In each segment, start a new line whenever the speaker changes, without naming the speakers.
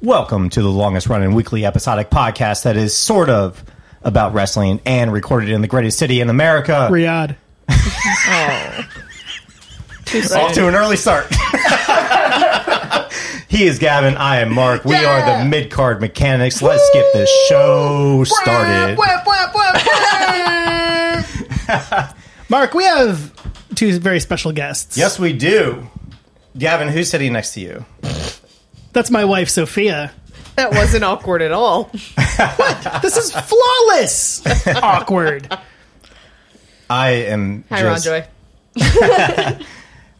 Welcome to the longest running weekly episodic podcast that is sort of about wrestling and recorded in the greatest city in America.
Riyadh.
Off to an early start. he is Gavin. I am Mark. We are the mid card mechanics. Let's get this show started.
Mark, we have two very special guests.
Yes, we do. Gavin, who's sitting next to you?
That's my wife, Sophia.
That wasn't awkward at all.
This is flawless. Awkward.
I am.
Hi,
just-
Ronjoy.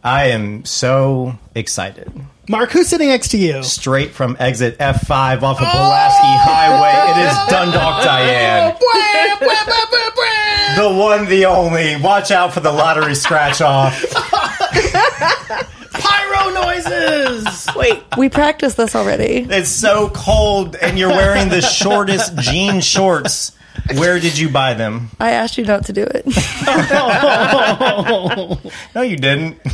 I am so excited.
Mark, who's sitting next to you?
Straight from exit F5 off of Pulaski Highway, it is Dundalk Diane. The one, the only. Watch out for the lottery scratch off.
Pyro noises.
Wait, we practiced this already.
It's so cold, and you're wearing the shortest jean shorts. Where did you buy them?
I asked you not to do it.
No, you didn't.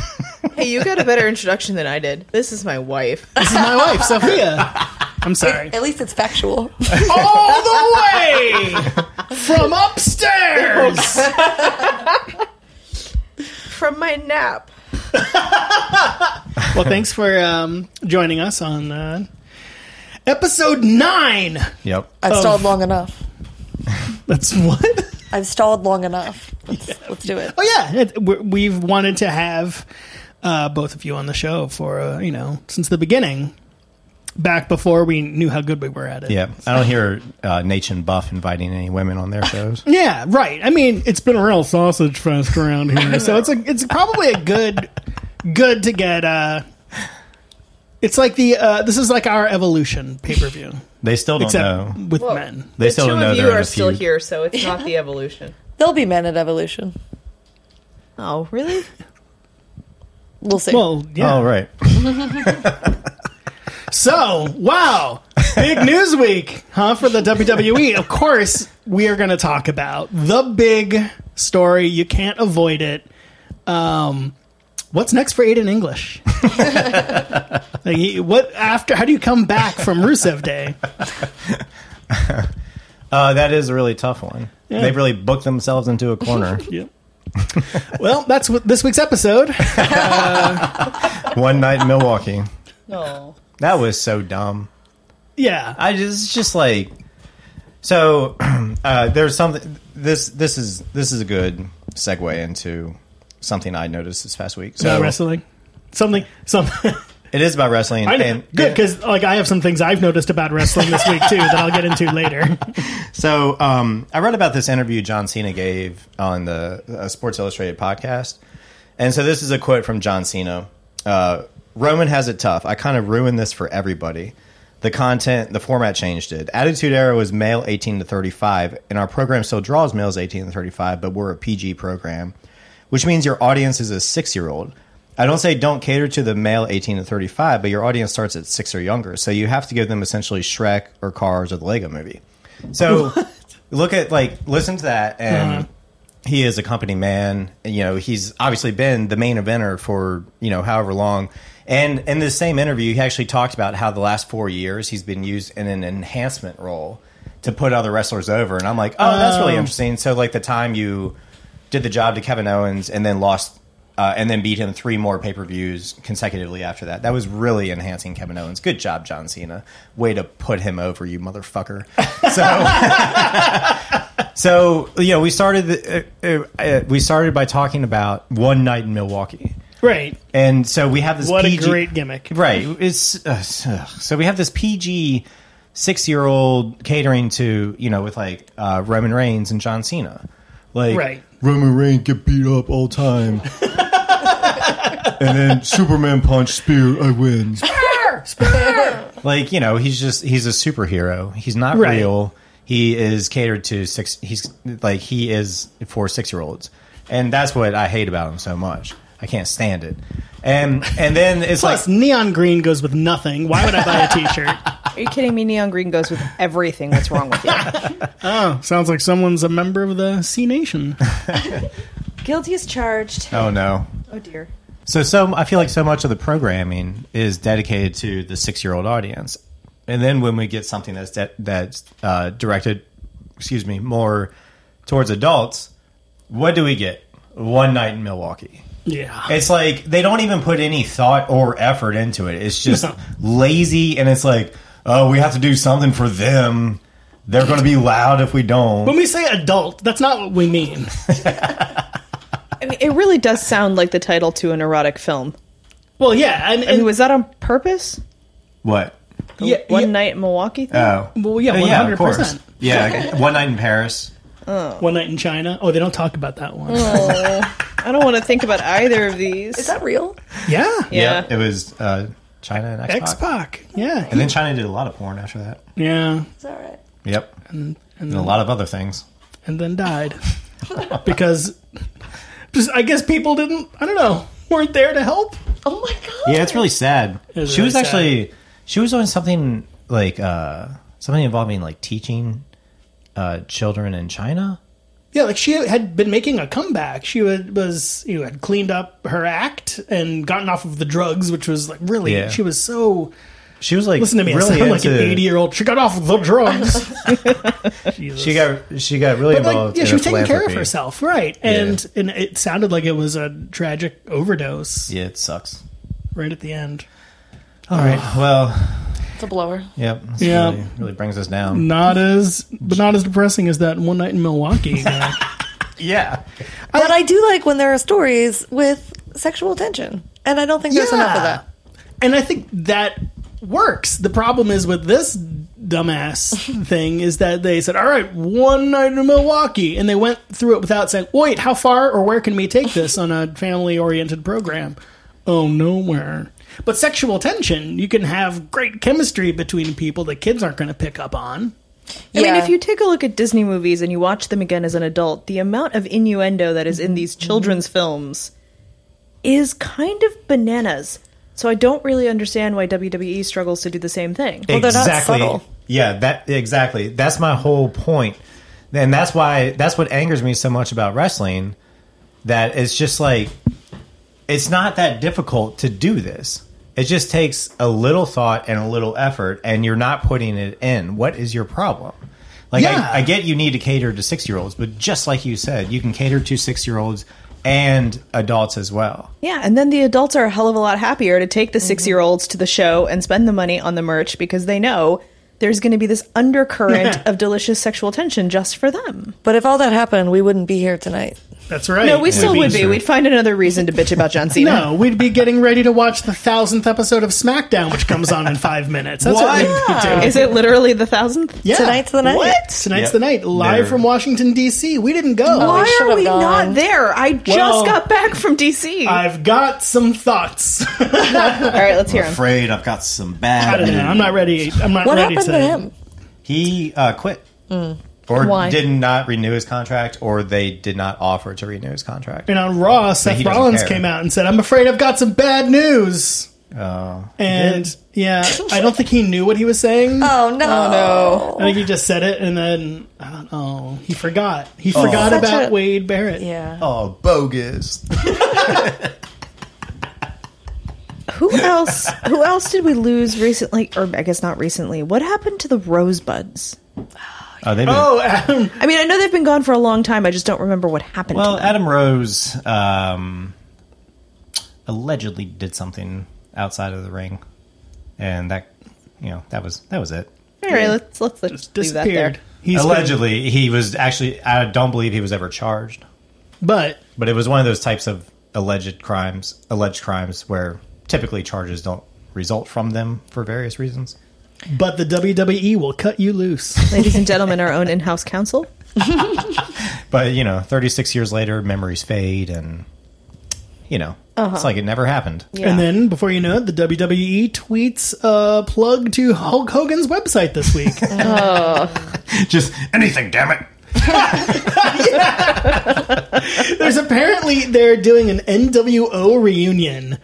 Hey, you got a better introduction than I did. This is my wife.
this is my wife, Sophia. I'm sorry.
At least it's factual.
All the way from upstairs.
From my nap.
well, thanks for um, joining us on uh, episode nine.
Yep.
I've
Oh.
stalled long enough.
That's what?
I've stalled long enough. Let's, let's do it.
Oh yeah, it, we- we've wanted to have uh, both of you on the show for uh, you know since the beginning, back before we knew how good we were at it.
Yeah. I don't hear uh, Nate and Buff inviting any women on their shows.
Yeah, right. I mean, it's been a real sausage fest around here, so it's a, it's probably a good good to get. Uh, it's like the uh, this is like our evolution pay per view,
They still don't
except
know.
with men.
They
the
still
two
don't know
of
they're
you
in
are
a
still
feud.
here, so it's not the evolution.
There'll be men at Evolution.
Oh, really?
We'll see.
Well, yeah.
Oh, right.
So, wow. Big news week, huh, for the WWE. Of course, we are going to talk about the big story. You can't avoid it. Um, what's next for Aiden English? like, he- what after? How do you come back from Rusev Day?
Uh, that is a really tough one. They've really booked themselves into a corner.
Yep. well, that's what this week's episode.
one night in Milwaukee.
No.
That was so dumb.
Yeah.
I just it's just like so uh, there's something this this is this is a good segue into something I noticed this past week. So
No wrestling. Something. Some.
it is about wrestling.
I know.
and-
Good because like I have some things I've noticed about wrestling this week too that I'll get into later.
So um, I read about this interview John Cena gave on the uh, Sports Illustrated podcast, and so this is a quote from John Cena. Uh, Roman has it tough. I kind of ruined this for everybody. The content, the format changed it. Attitude Era was male 18 to 35, and our program still draws males 18 to 35, but we're a PG program, which means your audience is a six year old. I don't say don't cater to the male 18 to 35, but your audience starts at six or younger. So you have to give them essentially Shrek or Cars or the Lego movie. So look at like listen to that and he is a company man. and, You know, he's obviously been the main eventer for, you know, however long. And in this same interview, he actually talked about how the last four years he's been used in an enhancement role to put other wrestlers over. And I'm like, oh, that's really
Oh.
interesting. So, like, the time you did the job to Kevin Owens and then lost uh, and then beat him three more pay per views consecutively after that. That was really enhancing Kevin Owens. Good job, John Cena. Way to put him over, you motherfucker. So, so you know, we started the, uh, uh, uh, we started by talking about one night in Milwaukee,
Right.
and so we have this.
What
PG
a great gimmick.
Right. It's uh, so we have this PG six year old catering to you know with like uh, Roman Reigns and John Cena, like
Right.
Roman Reigns get beat up all time, and then Superman punch spear uh, I win. like you know he's just he's a superhero. He's not
Right.
real. He is catered to six. He's like he is for six year olds, and that's what I hate about him so much. I can't stand it. And and then it's like
Plus, neon green goes with nothing. Why would I buy a T-shirt?
Are you kidding me? Neon green goes with everything. What's wrong with you?
oh, sounds like someone's a member of the C Nation.
Guilty is charged.
Oh no.
Oh dear.
So so I feel like so much of the programming is dedicated to the 6-year-old audience. and then when we get something that's de- that's uh, directed, excuse me, more towards adults, what do we get? One night in Milwaukee.
Yeah.
It's like they don't even put any thought or effort into it. It's just
No.
lazy, and it's like, oh, we have to do something for them. They're going to be loud if we don't.
when we say adult, that's not what we mean.
I mean, it really does sound like the title to an erotic film.
Well, yeah, I mean,
I mean, was that on purpose?
What?
The
Yeah,
one
yeah.
night in Milwaukee. Thing?
Oh,
Well, yeah,
Uh, of course.
100%.
Yeah, okay. one night in Paris.
one night in China. Oh, they don't talk about that one.
oh, I don't want to think about either of these.
Is that real?
yeah,
yeah.
Yep, it was uh, China and X
X
Pac.
Pac. Yeah,
And then China did a lot of porn after that.
yeah,
Is that right?
Yep, and, a lot of other things.
and then died because just, I guess people didn't. I don't know. Weren't there to help.
Oh my god.
Yeah, it's really sad.
is
she was
really
actually she was on something like uh, something involving like teaching uh, children in China.
Yeah, like she had been making a comeback. She would, was, you know, had cleaned up her act and gotten off of the drugs, which was like really.
Yeah.
She was so.
She was like
Listen to me,
really
I sound like
into,
an eighty-year-old. She got off the drugs. Jesus.
She got she got really
But
involved.
like, yeah,
in
she was taking care of
philanthropy.
herself, right? And and it sounded like it was a tragic overdose
Yeah, it sucks.
right at the end.
All right. Well,
It's a blower.
yep. this
Yeah. Mm.
Really, really brings us down.
Not as, but not as depressing as that one night in Milwaukee. guy.
Yeah.
But I do like when there are stories with sexual tension. And I don't think there's enough of
Yeah.
that.
And I think that works. The problem is with this dumbass thing is that they said, "All right, one night in Milwaukee," and they went through it without saying, "Wait, how far or where can we take this on a family-oriented program?" Oh, nowhere. But sexual tension, you can have great chemistry between people that kids aren't going to pick up on.
I mean, if you take a look at Disney movies and you watch them again as an adult, the amount of innuendo that is in these children's films is kind of bananas. So I don't really understand why WWE struggles to do the same thing.
they're not subtle.
Yeah, that exactly. That's my whole point. And that's why that's what angers me so much about wrestling that it's just like it's not that difficult to do this. It just takes a little thought and a little effort and you're not putting it in. What is your problem? Like
Yeah.
I, I get you need to cater to 6-year-olds, but just like you said, you can cater to 6-year-olds and adults as well.
Yeah, and then the adults are a hell of a lot happier to take the six year olds to the show and spend the money on the merch because they know there's going to be this undercurrent of delicious sexual tension just for them.
But if all that happened, we wouldn't be here tonight.
That's right.
No, we still
be
would be.
true.
We'd find another reason to bitch about John Cena.
No, we'd be getting ready to watch the thousandth episode of SmackDown, which comes on in five minutes. That's
What?
what, we'd be doing.
Is it literally the thousandth?
Yeah.
Tonight's the night.
What? Tonight's
Yep.
the night. Live
Never.
from Washington D.C. We didn't go.
we
Why
should
are
have
we
gone.
not there? I just
Well-
got back from DC.
I've got some thoughts. I
All right, let's hear him.
Afraid I've got some bad
don't know. I'm not ready. I'm not
What
ready
happened to,
to.
him?
He uh, quit. Or
Why?
did not renew his contract, or they did not offer to renew his contract.
And on Raw, Seth
he doesn't
Rollins
care.
came out and said, "I'm afraid I've got some bad news."
Oh.
And yeah, I don't think he knew what he was saying.
Oh no.
I think he just said it, and then I don't know. He forgot. He forgot
Such
about
a-
Wade Barrett.
Yeah.
oh, bogus.
Who else? Who else did we lose recently? Or I guess not recently. What happened to the Rosebuds?
Oh, they
Oh, Adam.
I mean, I know they've been gone for a long time. I just don't remember what happened.
well,
to them.
Adam Rose um, allegedly did something outside of the ring, and that you know that was that was it.
all right, let's let's, let's leave that there.
disappeared. He's been-
allegedly, he was actually. I don't believe he was ever charged,
but
but it was one of those types of alleged crimes, alleged crimes where typically charges don't result from them for various reasons.
but the WWE will cut you loose.
Ladies and gentlemen, our own in-house counsel.
But you know, 36 years later, memories fade, and you know,
Uh-huh.
it's like it never happened.
And then, before you know it, the WWE tweets a plug to Hulk Hogan's website this week.
Just anything, damn it.
There's apparently they're doing an NWO reunion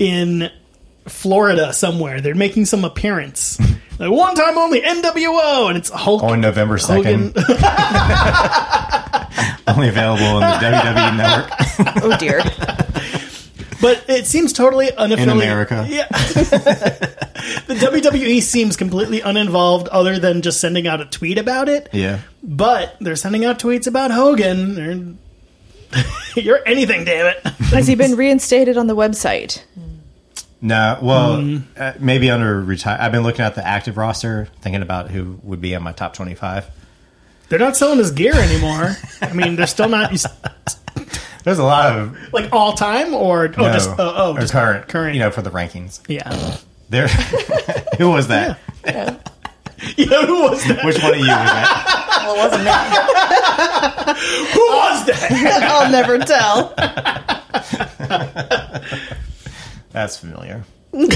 in Florida somewhere. They're making some appearance. Like one time only NWO, and it's Hulk.
On November
Hogan.
2nd, only available on the WWE network.
Oh dear.
but it seems totally unaffiliated.
America.
Yeah. the WWE seems completely uninvolved other than just sending out a tweet about it.
Yeah.
But they're sending out tweets about Hogan. They're, you're anything, damn it.
Has he been reinstated on the website?
No, well,
Hmm.
uh, maybe under retire. I've been looking at the active roster, thinking about who would be on my top twenty-five.
They're not selling his gear anymore. I mean, they're still not
There's a lot of
like all time or oh
no,
just oh, oh
or
just
current,
current.
you know, for the rankings.
yeah.
There, who was that?
Yeah, who was that?
Which one of you was that?
Well, it wasn't me.
Who was that?
I'll never tell.
That's familiar. But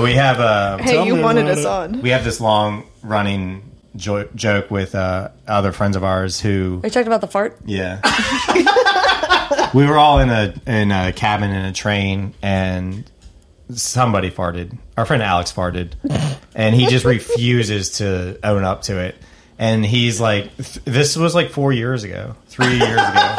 we have uh,
Hey, you
me
wanted
about
us
it.
on.
we have this long running jo- joke with uh, other friends of ours who
Are you talking about the fart?
yeah we were all in a in a cabin in a train and somebody farted our friend alex farted and he just refuses to own up to it and he's like th- this was like four years ago three years ago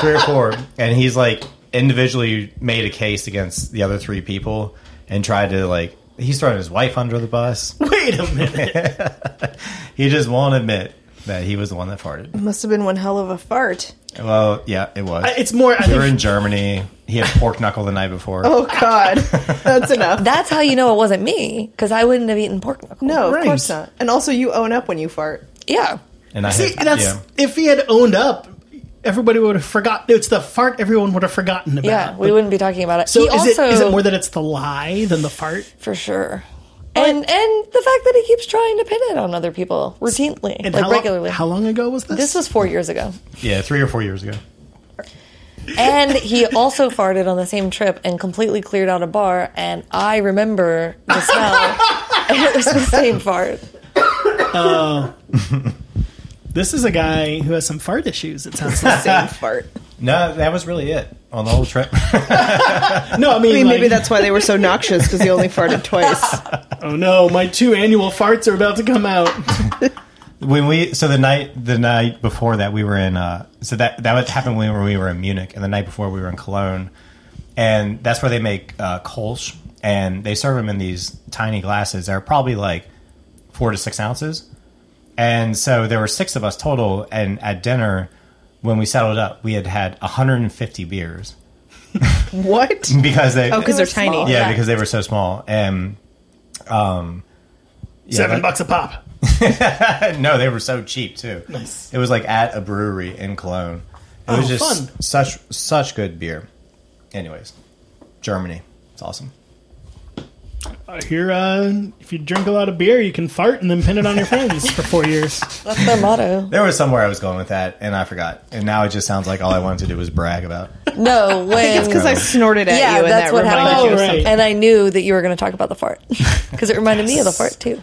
three or four and he's like individually made a case against the other three people and tried to like he's throwing his wife under the bus
Wait a minute.
he just won't admit that he was the one that farted.
Must have been one hell of a fart.
Well, yeah, it was.
It's more. I
we were
think
in Germany. He had pork knuckle the night before.
Oh God, that's enough.
That's how you know it wasn't me, because I wouldn't have eaten pork knuckle.
No, of
Right.
course not. And also, you own up when you fart.
Yeah.
and I
See,
had,
that's
yeah.
if he had owned up, everybody would have forgotten. It's the fart everyone would have forgotten about.
Yeah, we wouldn't be talking about it.
so
he
is
also,
it is it more that it's the lie than the fart?
for sure. And and the fact that he keeps trying to pin it on other people routinely,
And
like
how
regularly.
Long, how long ago was this?
this was four years ago,
yeah, three or four years ago.
and he also farted on the same trip and completely cleared out a bar. And I remember the smell. and it was the same fart.
this is a guy who has some fart issues. It sounds like.
Same fart.
No, that was really it on the whole trip.
no, I mean,
I mean,
like,
maybe that's why they were so noxious because he only farted twice.
Oh no, my two annual farts are about to come out.
when we so the night the night before that we were in uh so that that would happen when we were, we were in Munich and the night before we were in Cologne and that's where they make uh Kolsch and they serve them in these tiny glasses they're probably like four to six ounces and so there were six of us total and at dinner when we settled up we had had 150 beers
what?
because they
Oh, because they're
They were small.
tiny.
yeah,
yeah.
because they were so small and um yeah, that-
Seven bucks a pop.
no, they were so cheap too.
Nice.
It was like at a brewery in Cologne. It was
Oh,
just
fun.
such such good beer. Anyways, Germany, it's awesome.
I hear uh, if you drink a lot of beer, you can fart and then pin it on your friends for four years.
That's their motto.
There was somewhere I was going with that, and I forgot. And now it just sounds like all I wanted to do was brag about.
No, when
Because I snorted at
yeah,
you, and
that's
that
what
reminded
happened.
you. Of
Oh,
something.
right.
And I knew that you were going to talk about the fart because it reminded me of the fart too.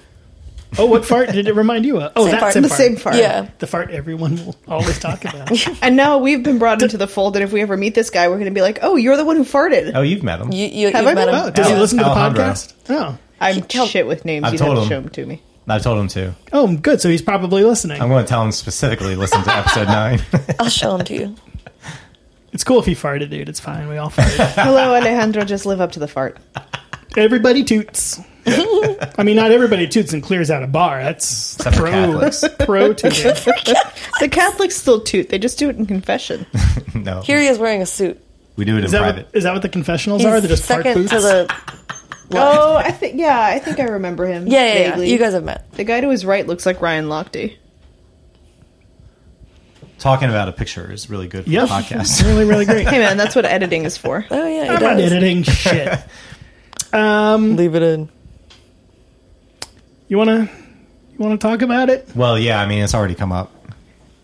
Oh, what fart did it remind you of? Oh,
Same
that
fart.
same
The
fart.
Same fart.
Yeah,
The fart everyone will always talk about.
And now we've been brought into the fold, and if we ever meet this guy, we're going to be like, "Oh, you're the one who farted."
Oh, you've met them.
you, you,
Have
you've
I
met
been-
him.
Oh, does he
Al-
listen to the
Alejandro.
podcast? Oh,
I'm shit with names.
I've
You'd have
told
to
him.
show them to me.
I told him to.
oh, good. So he's probably listening.
I'm going to tell him specifically. Listen to episode nine.
I'll show him to you.
It's cool if he farted, dude. It's fine. We all farted.
Hello, Alejandro. Just live up to the fart.
everybody toots. I mean, not everybody toots and clears out a bar. That's
Except for
pro
Catholics.
pro tooting.
The Catholics still toot. They just do it in confession.
No,
Here he is wearing a suit.
we do it in
Is that,
private.
what, is that what the confessionals
He's
are? They're just fart
second
boots.
to the
oh, I think yeah, I think I remember him.
yeah, yeah, yeah.
vaguely.
You guys have met.
The guy to his right looks like Ryan Lochte.
Talking about a picture is really good for
Yep.
the podcast.
really, really great.
Hey man, that's what editing is for.
Oh yeah, he
I'm not
does.
editing shit. Um,
Leave it in.
you wanna you wanna talk about it?
well, yeah, I mean it's already come up.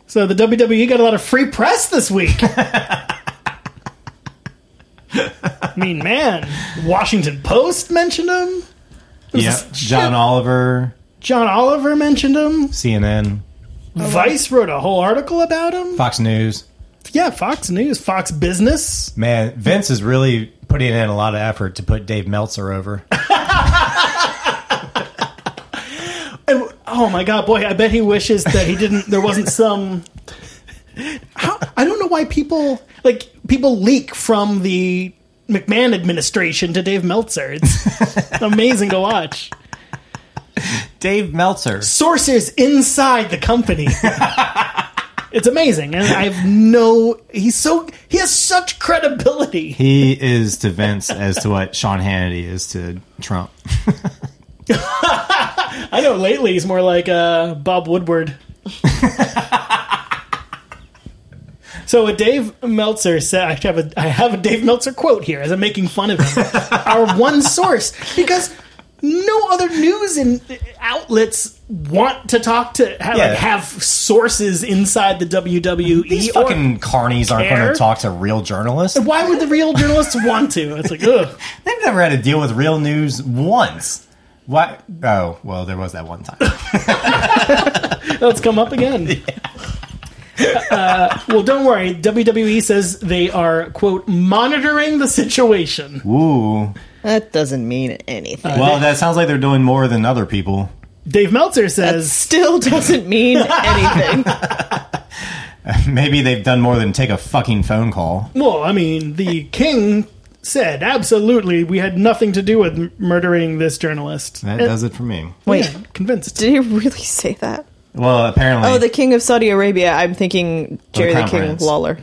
So the WWE got a lot of free press this week. I mean, man, Washington Post mentioned him.
Yeah, John Oliver,
John Oliver mentioned him.
CNN,
Vice wrote a whole article about him.
Fox News.
Yeah, Fox News, Fox Business.
Man, Vince is really putting in a lot of effort to put Dave Meltzer over.
And, oh my god, boy! I bet he wishes that he didn't. There wasn't some. How, I don't know why people like people leak from the McMahon administration to Dave Meltzer. It's amazing to watch.
Dave Meltzer.
Sources inside the company. it's amazing, and I have no. He's so he has such credibility.
He is to Vince as to what Sean Hannity is to Trump.
I know lately he's more like uh, Bob Woodward. so a Dave Meltzer said, I have a, I have a Dave Meltzer quote here as I'm making fun of him. Our one source because no other news and outlets want to talk to have,
Yeah.
like, have sources inside the WWE.
These
or-
fucking carnies aren't
care?
going to talk to real journalists.
why would the real journalists want to? It's like ugh.
They've never had to deal with real news once. Why? Oh, well, there was that one time.
Let's come up again. Uh, well, don't worry. WWE says they are, quote, monitoring the situation.
Ooh.
That doesn't mean anything.
Well, that sounds like they're doing more than other people.
Dave Meltzer
that
says,
still doesn't mean anything.
Maybe they've done more than take a fucking phone call.
well, I mean, the king said, absolutely, we had nothing to do with m- murdering this journalist.
That does it for me.
Wait,
Yeah, convinced.
did he really say that?
Well, apparently.
Oh, the king of Saudi Arabia. I'm thinking Jerry the
Crown
King
Prince.
Lawler.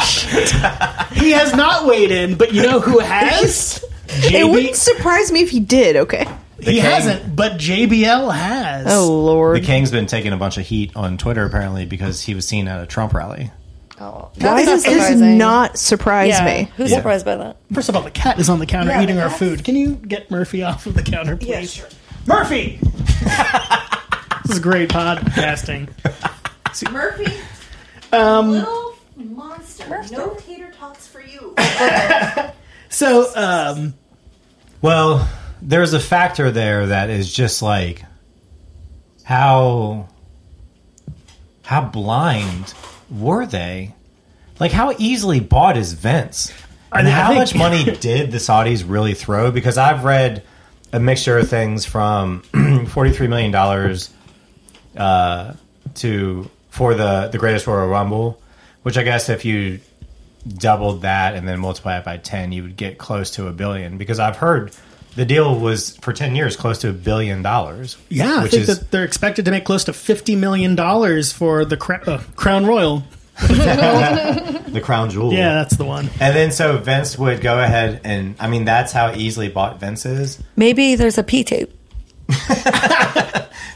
He has not weighed in, but you know who has?
It wouldn't
JB-
surprise me if he did. Okay.
he
king.
hasn't, but JBL has.
Oh
the
lord.
king's been taking a bunch of heat on Twitter apparently because he was seen at a Trump rally.
Oh,
Why
that's
does this
surprising.
not surprise
Yeah,
me?
Who's
Yeah.
surprised by that?
First of all, the cat is on the counter
Yeah,
eating
the
our
cat.
food. Can you get Murphy off of the counter, please? Murphy! this is great podcasting.
Murphy. little monster. No tater tots for you.
So, um,
Well, there's a factor there that is just like how how blind were they? Like how easily bought is Vince? And
I
how
think-
much money did the Saudis really throw? Because I've read a mixture of things from forty-three million dollars uh, to for the the Greatest Royal Rumble, which I guess if you doubled that and then multiply it by 10 you would get close to a billion because i've heard the deal was for 10 years close to a billion dollars
yeah, I
which
think
is
that they're expected to make close to $50 million for the cra- uh, Crown Royal.
the crown jewel
Yeah, that's the one.
and then so vince would go ahead and i mean that's how easily bought vince is
Maybe there's a P tape.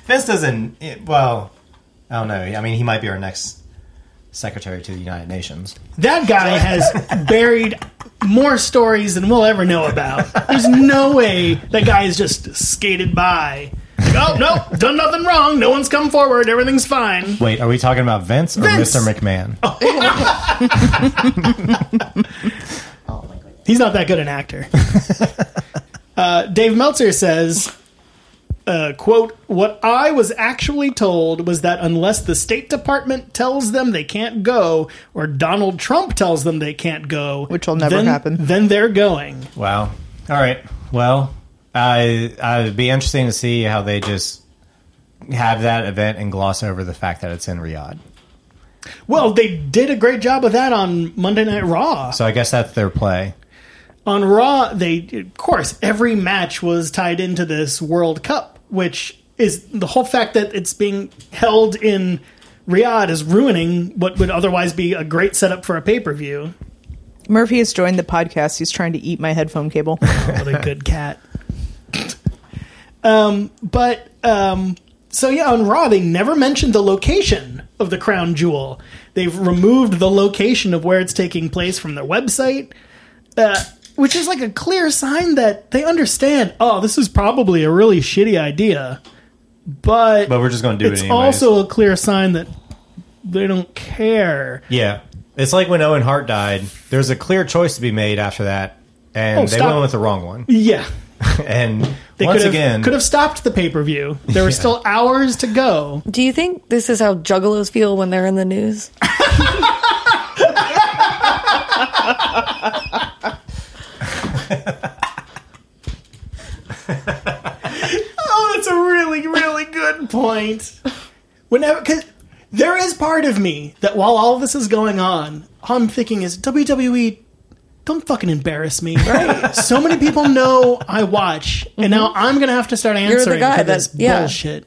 vince doesn't it- well i don't know i mean he might be our next secretary to the united nations
That guy has buried more stories than we'll ever know about. There's no way that guy is just skated by. Like, oh, no, done nothing wrong. No one's come forward. Everything's fine.
wait are we talking about vince or
Vince!
mr mcmahon
He's not that good an actor. uh, Dave Meltzer says, uh, "quote What I was actually told was that unless the State Department tells them they can't go, or Donald Trump tells them they can't go,
Which will never
then-
happen.
then they're going."
Wow. All right. Well, I I'd be interesting to see how they just have that event and gloss over the fact that it's in Riyadh.
Well, they did a great job of that on Monday Night Raw.
So I guess that's their play.
on Raw, they of course every match was tied into this World Cup, which is the whole fact that it's being held in Riyadh is ruining what would otherwise be a great setup for a pay per view.
Murphy has joined the podcast. He's trying to eat my headphone cable.
What a good cat. um, but um, so yeah, on Raw they never mentioned the location of the crown jewel. They've removed the location of where it's taking place from their website, uh, which is like a clear sign that they understand. Oh, this is probably a really shitty idea, but
But we're just going to do
it's
it anyways.
also a clear sign that they don't care.
yeah. It's like when Owen Hart died. There's a clear choice to be made after that, and
Oh,
they
stop.
went with the wrong one.
Yeah.
And
They
once
could have,
again,
could have stopped the pay per view. There were still hours to go.
Do you think this is how juggalos feel when they're in the news?
Oh, that's a really, really good point. Whenever, because there is part of me that while all this is going on, all I'm thinking is WWE. E, don't fucking embarrass me. so many people know I watch, and now I'm gonna have to start answering
Mm-hmm. guy
for
that-
this
yeah.
bullshit.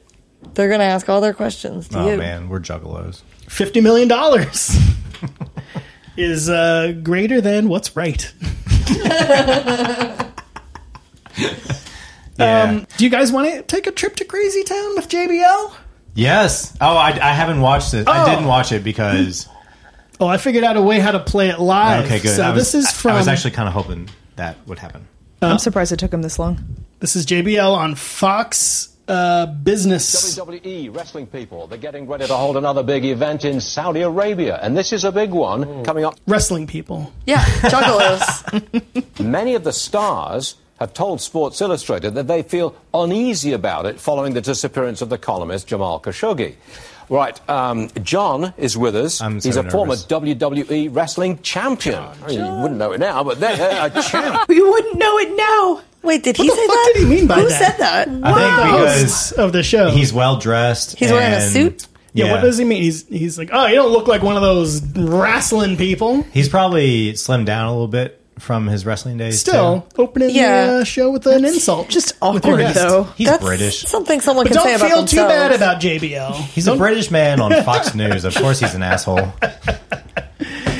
They're gonna ask all their questions to
Oh
you.
man, we're juggalos.
Fifty million dollars is uh, greater than what's right.
Yeah.
Um, do you guys want to take a trip to Crazy Town with JBL?
yes. Oh, I, I haven't watched it.
Oh.
I didn't watch it because
Oh, I figured out a way how to play it live.
okay, good.
So
I was-
this is
I-
from
I was actually kind of hoping that would happen.
I'm surprised it took him this long.
this is JBL on Fox uh, Business.
WWE E wrestling people, they're getting ready to hold another big event in Saudi Arabia, and this is a big one
Hmm.
coming up.
Wrestling people.
Yeah, juggalos.
Many of the stars have told Sports Illustrated that they feel uneasy about it following the disappearance of the columnist Jamal Khashoggi. Right, um, John is with us.
I'm so
He's a former
nervous.
WWE wrestling champion. I mean, you wouldn't know it now, but they're a champ.
We wouldn't know it now.
Wait, did he
What the
say
fuck
that?
did he mean by
Who
that?
said
I
that?
think
Hosts
because
of the show.
he's well dressed.
He's wearing a suit?
yeah. What does he mean? He's he's like, oh, you don't look like one of those wrestling people.
He's probably slimmed down a little bit from his wrestling days.
Still opening the
Yeah.
uh, show with an insult.
Just
With your
awkward
guest.
though.
too. he's
That's
British.
Something someone
But
can say
don't
about
feel too
themselves.
bad about JBL.
He's a British man on Fox News. Of course, he's an asshole.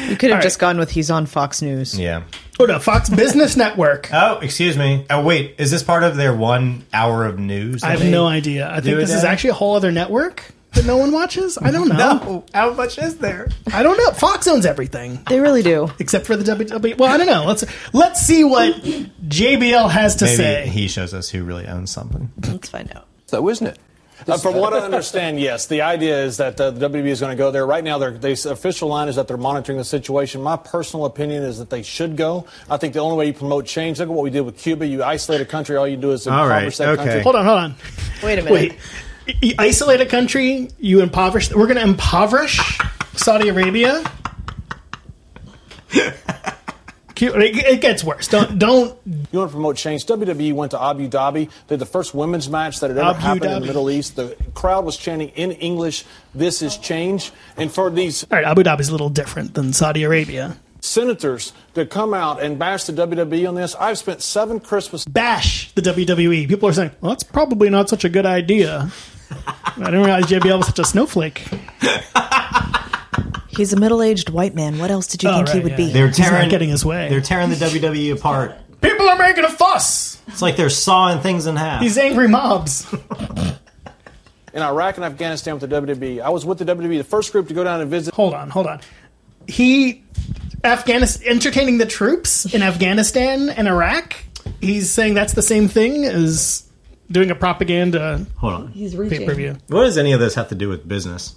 You could have
All
just
right.
gone with he's on Fox News.
Yeah.
Go to Fox Business Network.
Oh, excuse me. Oh, wait. Is this part of their one hour of news?
I have no idea. I think
it
this is
then.
actually a whole other network that no one watches. I don't know.
How much is there?
I don't know. Fox owns everything
They really do.
except for the WWE. Well, I don't know. Let's let's see what JBL has to
Maybe
say.
he shows us who really owns something.
Let's find out.
though, isn't it?
Uh, from what I understand, yes. The idea is that uh, the WWE is going to go there. Right now, their their official line is that they're monitoring the situation. My personal opinion is that they should go. I think the only way you promote change, look at what we did with Cuba. You isolate a country, all you do is
All right,
impoverish that
okay.
country.
hold on, hold on.
Wait a minute.
Wait. I- I- Isolate a country, you impoverish. We're going to impoverish Saudi Arabia. Cu- It it gets worse. Don't don't
You want to promote change. WWE went to Abu Dhabi. They had the first women's match that had ever
Abu
happened in
Dhabi.
the Middle East. The crowd was chanting in English, "This is change." And for these
All right, Abu Dhabi's a little different than Saudi Arabia.
senators to come out and bash the WWE on this, I've spent seven Christmas
Bash the WWE. People are saying, well, that's probably not such a good idea. I didn't realize JBL was such a snowflake.
He's a middle aged white man. What else did you
Oh,
think he
right,
would
yeah.
be?
They're
He's
tearing
not getting his way.
They're tearing the WWE apart.
People are making a fuss.
It's like they're sawing things in half.
These angry mobs.
in Iraq and Afghanistan with the WWE. I was with the WWE, the first group to go down and visit.
Hold on, hold on. He, Afghanistan, entertaining the troops in Afghanistan and Iraq. He's saying that's the same thing as doing a propaganda
Hold on.
He's
pay
reaching.
per view.
What does any of this have to do with business?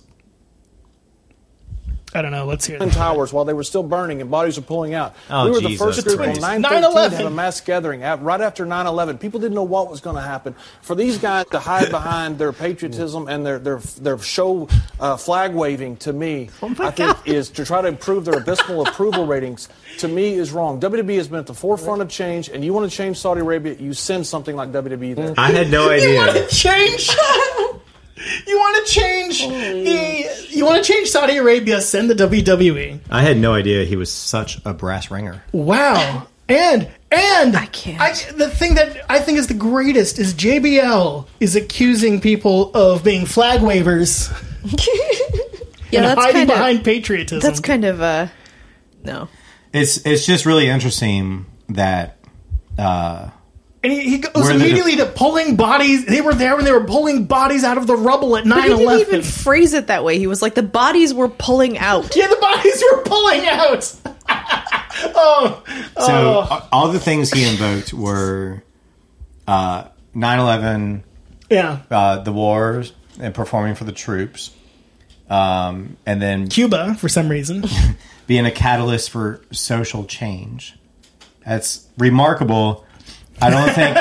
I don't know. Let's hear
Twin
it.
Towers while they were still burning and bodies were pulling out.
Oh,
we were
Jesus
the first group
Christ.
on 9/11
9/11.
to have a mass gathering at, right after 9/11. People didn't know what was going to happen. For these guys to hide behind their patriotism and their their their show uh, flag waving to me, I think is to try to improve their abysmal approval ratings. To me, is wrong. WWE has been at the forefront of change, and you want to change Saudi Arabia, you send something like WWE there.
I had no
You want
idea.
to change? you want to change the? You want to change Saudi Arabia? Send the E. WWE.
I had no idea he was such a brass ringer.
Wow. And and I
can't.
the thing that I think is the greatest is JBL is accusing people of being flag wavers
yeah,
and
that's
hiding
kind of.
behind patriotism.
That's kind of uh no.
It's it's just really interesting that uh,
and he, he goes
Where they
immediately to pulling bodies. They were there when they were pulling bodies out of the rubble at 9
But he didn't
11.
even phrase it that way. He was like the bodies were pulling out.
yeah, the bodies were pulling out.
so a- all the things he invoked were uh, 9-11,
Yeah.
uh, the wars, and performing for the troops, um, and then
Cuba, for some reason.
being a catalyst for social change. That's remarkable. I don't think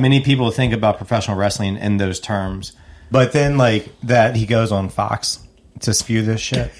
many people think about professional wrestling in those terms. But then, like that, he goes on Fox to spew this shit,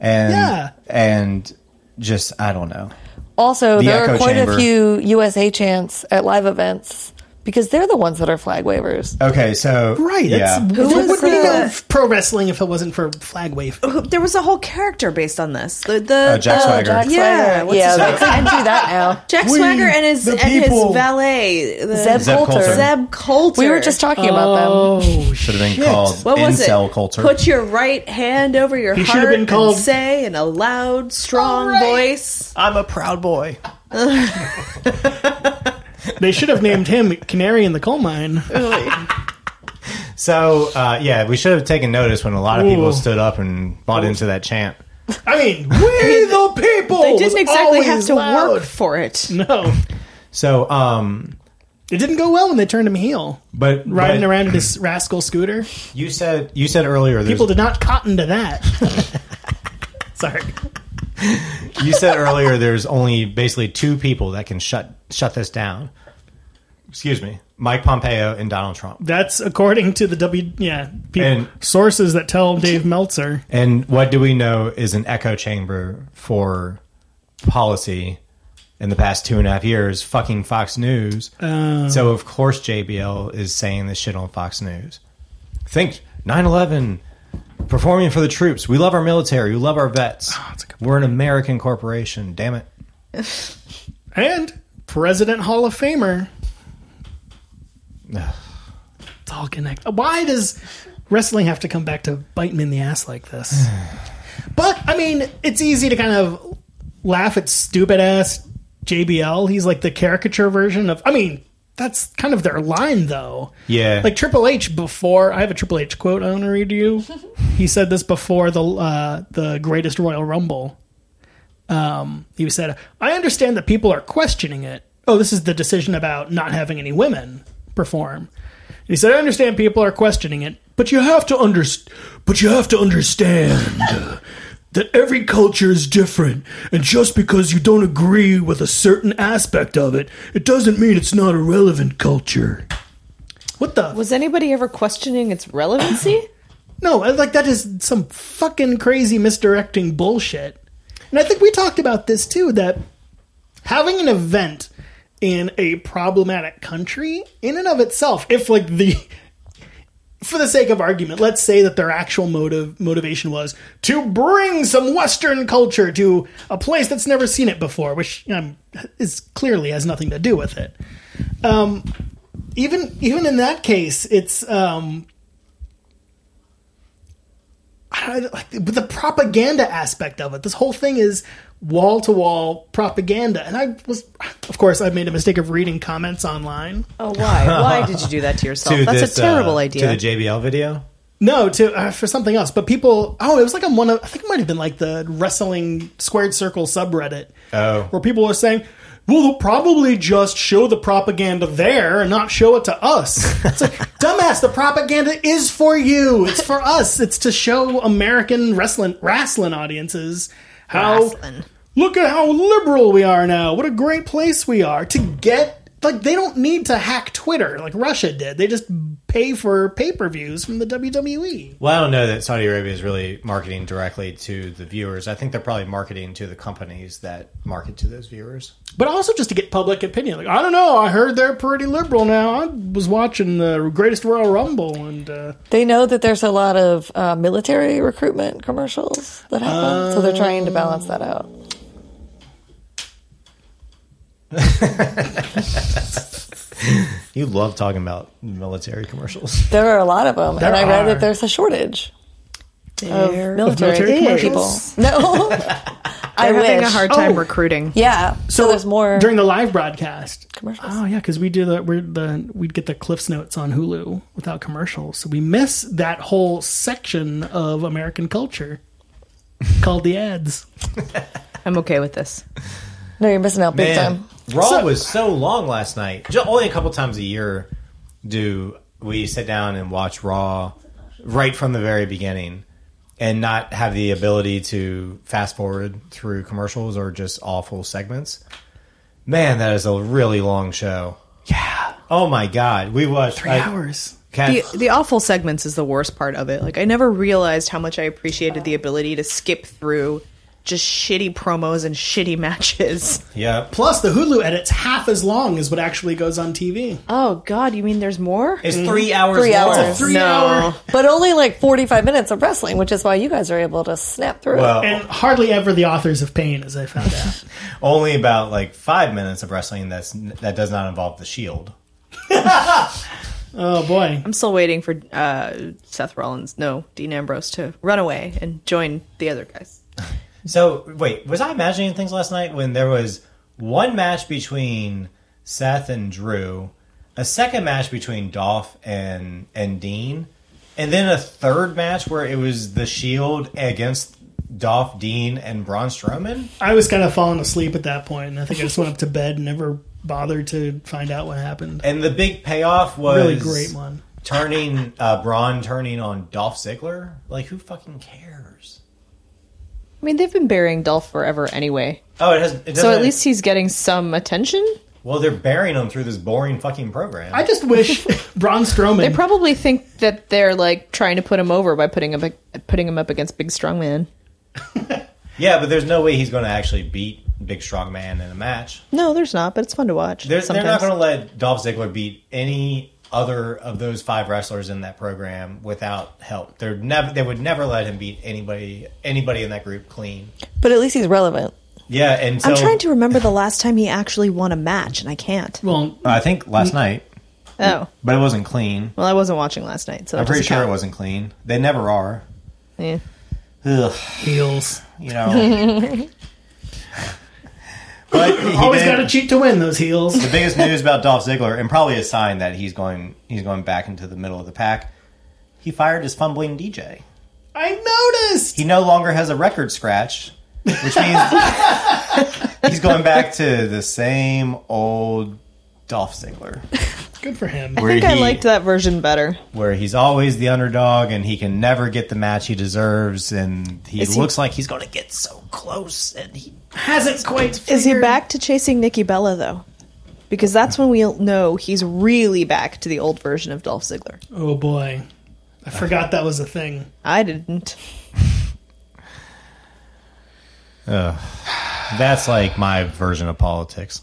and
Yeah.
and just I don't know.
Also, there
echo
are quite
chamber.
a few USA chants at live events because they're the ones that are flag wavers.
Okay, so
Right.
yeah.
That's,
Who
there
is
would be
the-
no pro wrestling if it wasn't for Flag Wave.
Oh,
There was a whole character based on this. The, the
Uh, Jack Swagger.
Jack
Yeah,
Swagger.
what's
yeah.
his
They can't do that now.
Jack
We,
Swagger and his
the
and his
people.
valet the
Zeb,
Zeb
Coulter.
Coulter.
Zeb Coulter.
We were just talking about them.
Oh.
Should have been called
What was
incel
it?
culture.
Put your right hand over your
He should have
heart
been called- Oh,
and say in a loud, strong voice.
I'm a proud boy.
They should have named him Canary in the Coal Mine.
So uh, yeah, we should have taken notice when a lot of people
Ooh.
stood up and bought into that chant.
I mean, we the people.
They didn't exactly have to work
loud.
for it.
No,
So um,
it didn't go well when they turned him heel,
but
riding
but
around in his rascal scooter.
You said you said earlier. there's-
People did not cotton to that. Sorry.
you said earlier there's only basically two people that can shut shut this down. Excuse me, Mike Pompeo and Donald Trump.
That's according to the W. Yeah, people,
And-
sources that tell Dave Meltzer.
And what do we know is an echo chamber for policy in the past two and a half years? Fucking Fox News.
Oh.
so of course JBL is saying this shit on Fox News. Think 9/11. Performing for the troops. We love our military. We love our vets.
Oh, that's a good
We're an American corporation. Damn it.
And President Hall of Famer. it's all connected. Why does wrestling have to come back to bite me in the ass like this? but I mean, it's easy to kind of laugh at stupid ass JBL. He's like the caricature version of. I mean, that's kind of their line though.
Yeah.
Like Triple H before, I have a Triple H quote I want to read to you. he said this before the uh, the Greatest Royal Rumble. Um, he said, "I understand that people are questioning it. Oh, this is the decision about not having any women perform." He said, "I understand people are questioning it, but you have to underst- but you have to understand that every culture is different, and just because you don't agree with a certain aspect of it, it doesn't mean it's not a relevant culture." What the
Was anybody ever questioning its relevancy?
No, like that is some fucking crazy misdirecting bullshit. And I think we talked about this too that having an event in a problematic country in and of itself if like the for the sake of argument let's say that their actual motive motivation was to bring some western culture to a place that's never seen it before which um, is clearly has nothing to do with it um even even in that case it's um I don't- like but the propaganda aspect of it. This whole thing is wall to wall propaganda, and I was, of course, I made a mistake of reading comments online.
Oh, why? Why did you do that to yourself? That's
this,
a
uh,
terrible idea.
To the JBL video.
No, to uh, for something else, but people. Oh, it was like on one of. I think it might have been like the wrestling squared circle subreddit.
Oh.
where people are saying. Well, they'll probably just show the propaganda there and not show it to us. It's like, dumbass, the propaganda is for you. It's for us. It's to show American wrestling wrestling audiences how
Wrestling.
look at how liberal we are now. What a great place we are to get. Like, they don't need to hack Twitter like Russia did. They just pay for pay per views from the E." WWE.
Well, I don't know that Saudi Arabia is really marketing directly to the viewers. I think they're probably marketing to the companies that market to those viewers.
But also just to get public opinion. Like, I don't know. I heard they're pretty liberal now. I was watching the Greatest Royal Rumble and. Uh,
They know that there's a lot of uh, military recruitment commercials that happen, so they're trying to balance that out.
You love talking about military commercials.
There are a lot of them,
There
and I read
are.
that there's a shortage of military,
military
people.
commercials?
No, I
They're having
wish.
a hard time
Oh.
recruiting.
Yeah, so, there's more.
during the live broadcast
Commercials.
Oh yeah, because we do the we're the we'd get the Cliff's Notes on Hulu without commercials, so we miss that whole section of American culture called the ads.
I'm okay with this.
no, you're missing out big
Man,
time.
Raw
So-
was so long last night. Ju- Only a couple times a year do we sit down and watch Raw right from the very beginning and not have the ability to fast forward through commercials or just awful segments. Man, that is a really long show. Yeah. Oh my god, we watched
Three hours.
Cat,
The, the awful segments is the worst part of it. Like, I never realized how much I appreciated the ability to skip through
just shitty promos and shitty matches.
Yeah.
Plus, the Hulu edit's half as long as what actually goes on TV.
Oh God, you mean there's more?
It's three hours
Three
long.
hours.
Three
no.
hour
But only like 45 minutes of wrestling, which is why you guys are able to snap through.
Well,
and hardly ever the authors of pain, as I found out.
only about like five minutes of wrestling that's that does not involve the Shield.
oh boy,
I'm still waiting for uh, Seth Rollins, no Dean Ambrose, to run away and join the other guys.
So wait, was I imagining things last night when there was one match between Seth and Drew, a second match between Dolph and and Dean, and then a third match where it was the Shield against Dolph, Dean, and Braun Strowman?
I was kind of falling asleep at that point, and I think I just went up to bed and never bothered to find out what happened.
And the big payoff was
Really great one.
turning uh, Braun turning on Dolph Ziggler. Like who fucking cares?
I mean, they've been burying Dolph forever anyway,
Oh, it has. It
so at
doesn't-
least he's getting some attention.
well, they're burying him through this boring fucking program.
I just wish Braun Strowman.
They probably think that they're like trying to put him over by putting him putting him up against Big Strongman.
yeah, but there's no way he's going to actually beat Big Strong Man in a match.
No, there's not, but it's fun to watch.
They're, they're
sometimes.
not going to let Dolph Ziggler beat any other of those five wrestlers in that program without help. They're never. They would never let him beat anybody. Anybody in that group clean.
but at least he's relevant.
Yeah, and so
I'm trying to remember the last time he actually won a match, and I can't.
well,
I think last night,
Oh,
but it wasn't clean.
well, I wasn't watching last night, so that
I'm pretty
doesn't
sure it
count.
wasn't clean. They never are.
Yeah.
Ugh,
heels
you know. but he
always
did-
got to cheat to win those heels.
the biggest news about Dolph Ziggler, and probably a sign that he's going he's going back into the middle of the pack. He fired his fumbling DJ.
I noticed.
He no longer has a record scratch, which means he's going back to the same old Dolph Ziggler,
Good for him.
where
I think I
he-
liked that version better.
where he's always the underdog and he can never get the match he deserves, and he
Is he-
looks like he's going to get so close, and he
Hasn't quite.
Is he
figured-
back to chasing Nikki Bella though? Because that's when we'll know he's really back to the old version of Dolph Ziggler.
Oh boy, I forgot that was a thing.
I didn't.
that's like my version of politics.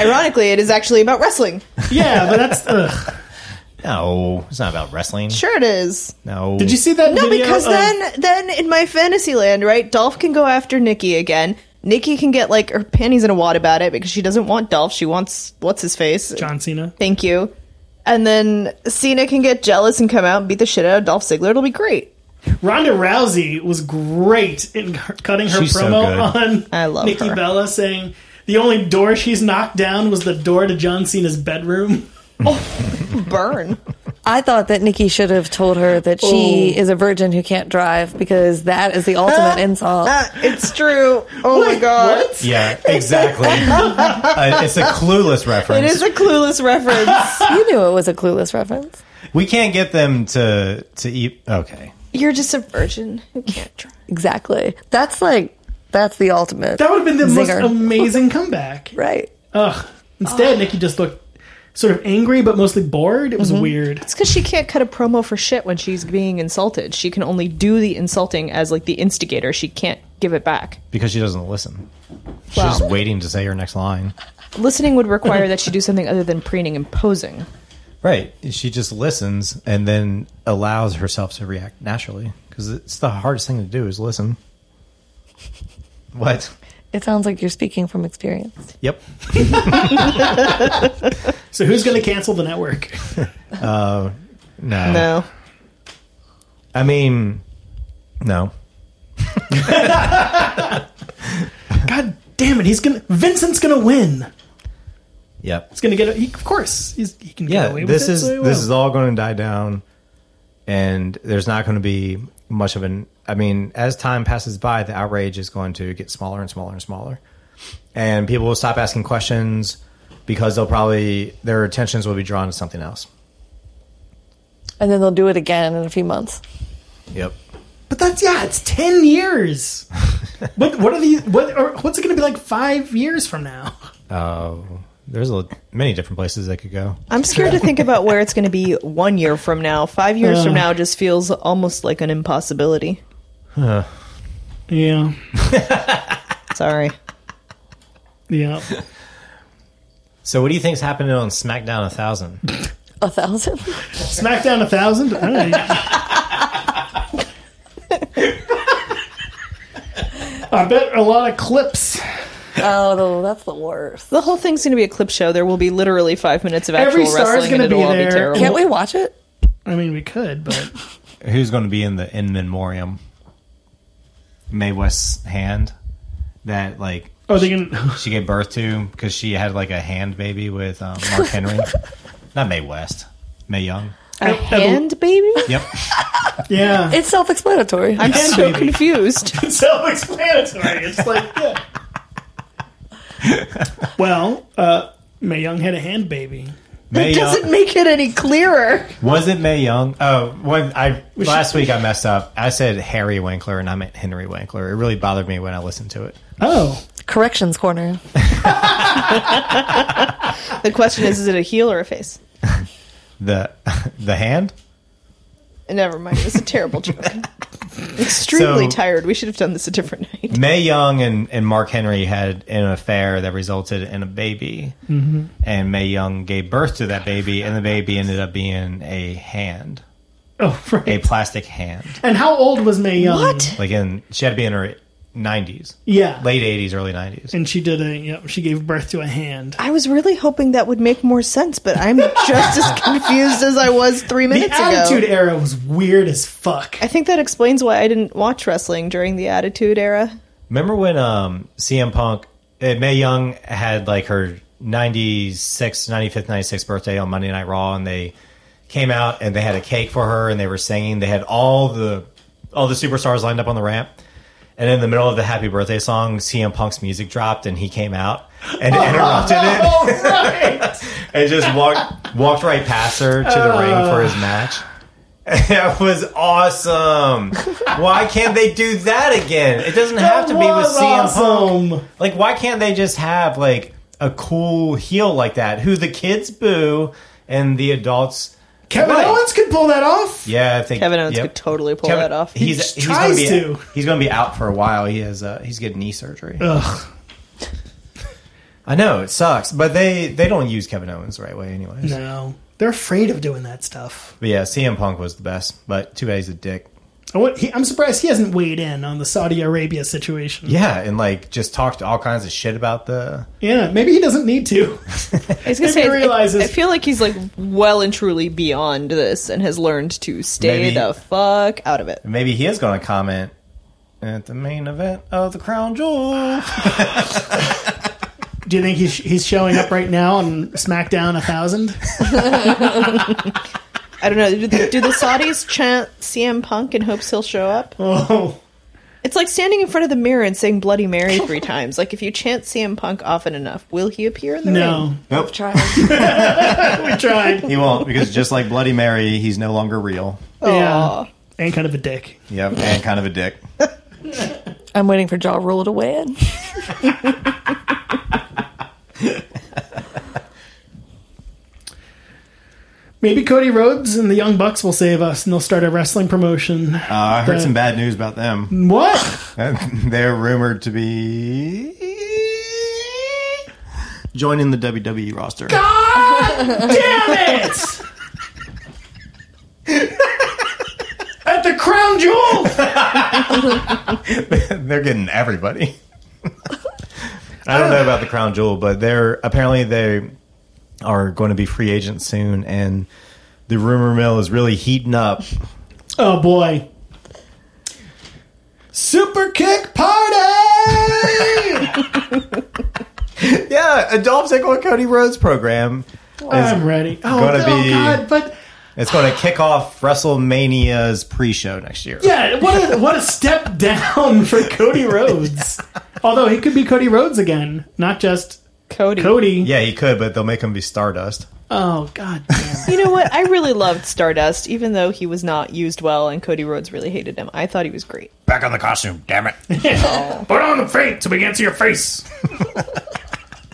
Ironically, it is actually about wrestling.
Yeah, but that's. Ugh.
No, it's not about wrestling.
Sure, it is.
No,
Did you see that?
No,
video
because
of-
then, then in my fantasy land, right, Dolph can go after Nikki again. Nikki can get like her panties in a wad about it because she doesn't want Dolph. She wants what's his face.
John Cena.
Thank you. And then Cena can get jealous and come out and beat the shit out of Dolph Ziggler. It'll be great.
Ronda Rousey was great in her- cutting her
She's so
promo on
I love
Nikki
her.
Bella saying the only door she's knocked down was the door to John Cena's bedroom.
Burn.
I thought that Nikki should have told her that she is a virgin who can't drive because that is the ultimate insult.
Ah, it's true. Oh my god.
Yeah, exactly. uh, it's a clueless
It
reference.
is a clueless reference.
you knew it was a clueless reference.
we can't get them to to eat. Okay,
You're just a virgin who can't try.
Exactly. That's like, that's the ultimate.
That would have been the most
Zinger.
amazing comeback.
right.
Ugh.
Ah.
Instead, Nikki just looked sort of angry, but mostly bored. It
Mm-hmm.
was weird.
It's because she can't cut a promo for shit when she's being insulted. She can only do the insulting as like the instigator. She can't give it back.
because she doesn't listen. She's
Wow.
just waiting to say her next line.
Listening would require that she do something other than preening and posing.
Right. She just listens and then allows herself to react naturally because it's the hardest thing to do is listen. What?
It sounds like you're speaking from experience.
Yep.
So who's going to cancel the network?
No.
No.
I mean, no.
God damn it! He's going. to Vincent's going to win.
Yep.
He's going to get. A, he, of course, he's, he can get
Yeah.
away
This
with it.
is
so he
this
will.
is all going to die down, and there's not going to be much of an. I mean, as time passes by, the outrage is going to get smaller and smaller and smaller, and people will stop asking questions because they'll probably their attentions will be drawn to something else.
And then they'll do it again in a few months.
Yep.
But that's yeah, it's ten years. what what are the what or what's it going to be like five years from now?
Oh, there's a, many different places they could go.
I'm scared to think about where it's going to be one year from now. Five years from now just feels almost like an impossibility.
Yeah.
Sorry.
Yeah.
So, what do you think's happening on SmackDown 1000?
A thousand?
SmackDown a thousand. All right. I bet a lot of clips.
Oh, the- that's the worst.
The whole thing's going to be a clip show. There will be literally five minutes of actual
Every star's
wrestling, and
gonna
it'll
be
all
there.
be terrible.
Can't we watch it?
I mean, we could, but
Who's going to be in the in memoriam? May West's hand that like
are oh, they gonna?
she gave birth to because she had like a hand baby with um, Mark Henry. Not May West, May Young.
A hand baby?
Yep.
Yeah,
It's self-explanatory.
I'm
Hand
so
baby.
confused.
it's self-explanatory. It's like, yeah. well, uh, May Young had a hand baby.
May
uh,
Doesn't
Young.
make it any clearer.
Was it May Young? Oh, when I last week I messed up. I said Harry Winkler and I meant Henry Winkler. It really bothered me when I listened to it.
Oh,
Corrections corner.
The question is, is it a heel or a face?
The the hand.
Never mind. It was a terrible joke. Extremely
So-
tired. We should have done this a different night.
May Young and, and Mark Henry had an affair that resulted in a baby, and May Young gave birth to that baby, and the baby ended up being a hand,
oh,
a
right.
plastic hand.
And how old was May Young?
What?
Like in, she had to be in her nineties,
Yeah,
late eighties, early nineties.
and she did a. You know, she gave birth to a hand.
I was really hoping that would make more sense, but I'm just as confused as I was three
The
minutes ago.
Attitude Era was weird as fuck.
I think that explains why I didn't watch wrestling during the Attitude Era.
Remember when um, CM Punk, eh, May Young had like her 96, 95th, 96th birthday on Monday Night Raw, and they came out and they had a cake for her and they were singing. They had all the all the superstars lined up on the ramp. And in the middle of the happy birthday song, CM Punk's music dropped and he came out and interrupted it
Oh, right.
and just walked walked right past her to the ring for
Uh.
his match. That was awesome. Why can't they do that again? It doesn't have to be with
was
CM Punk.
awesome.
Like, why can't they just have like a cool heel like that who the kids boo and the adults?
Kevin
Right.
Owens could pull that off.
Yeah, I think
Kevin Owens
yep.
could totally pull
Kevin-
that off.
He's
He
he's gonna
tries
be
to.
he's gonna be out for a while. He has uh, he's getting knee surgery.
Ugh.
I know it sucks, but they they don't use Kevin Owens the right way, anyways.
No, they're afraid of doing that stuff.
But yeah, CM Punk was the best, but too bad he's a dick.
I want, he, I'm surprised he hasn't weighed in on the Saudi Arabia situation.
Yeah, and like just talked all kinds of shit about the
Yeah, maybe he doesn't need to.
I was gonna
Maybe
say,
he
I-
realizes-
I feel like he's like well and truly beyond this and has learned to stay
Maybe-
the fuck out of it.
maybe he is going to comment at the main event of the crown jewel.
Do you think he's, he's showing up right now on SmackDown 1000?
I don't know. Do the, do the Saudis chant CM Punk in hopes he'll show up?
Oh,
It's like standing in front of the mirror and saying Bloody Mary three times. Like if you chant CM Punk often enough, will he appear in the ring?
no.
Nope,
We tried.
he won't because just like Bloody Mary, he's no longer real.
Yeah. And kind of a dick.
Yep, and kind of a dick. Uh,
I'm waiting for Jaw Rule to weigh in.
Maybe Cody Rhodes and the Young Bucks will save us and they'll start a wrestling promotion.
Uh, I heard some bad news about them.
what?
They're rumored to be joining the WWE roster.
Damn it! At the crown jewel!
They're getting everybody. I don't know about the crown jewel, but they're apparently they are going to be free agents soon, and the rumor mill is really heating up.
Oh boy. Super kick party!
Yeah, Adolph Ziggler Cody Rhodes program.
I'm ready. Oh,
Gotta
oh,
be-
God, but
It's going to kick off WrestleMania's pre-show next year.
yeah, what a what a step down for Cody Rhodes. Although he could be Cody Rhodes again, not just
Cody.
Cody.
Yeah, he could, but they'll make him be Stardust.
Oh God, damn.
You know what? I really loved Stardust, even though he was not used well and Cody Rhodes really hated him. I thought he was great.
Back on the costume, damn it!
put on the paint so we can see your face.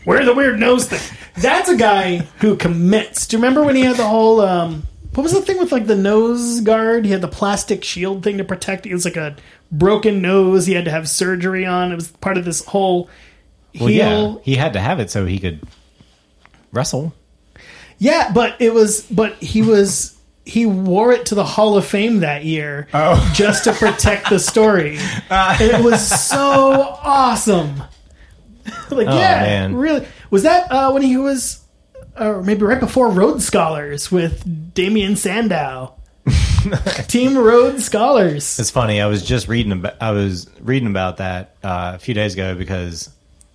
Wear the weird nose thing. That's a guy who commits. Do you remember when he had the whole um, What was the thing with like the nose guard? He had the plastic shield thing to protect. It was like a broken nose. He had to have surgery on. It was part of this whole heal.
Well, yeah, he had to have it so he could wrestle.
Yeah, but it was, but he was, he wore it to the Hall of Fame that year just to protect the story. it was so awesome. Like, yeah,
Oh, man.
really. Was that uh, when he was, or maybe right before Rhodes Scholars with Damien Sandow? Team Rhodes Scholars.
It's funny. I was just reading about I was reading about that uh, a few days ago because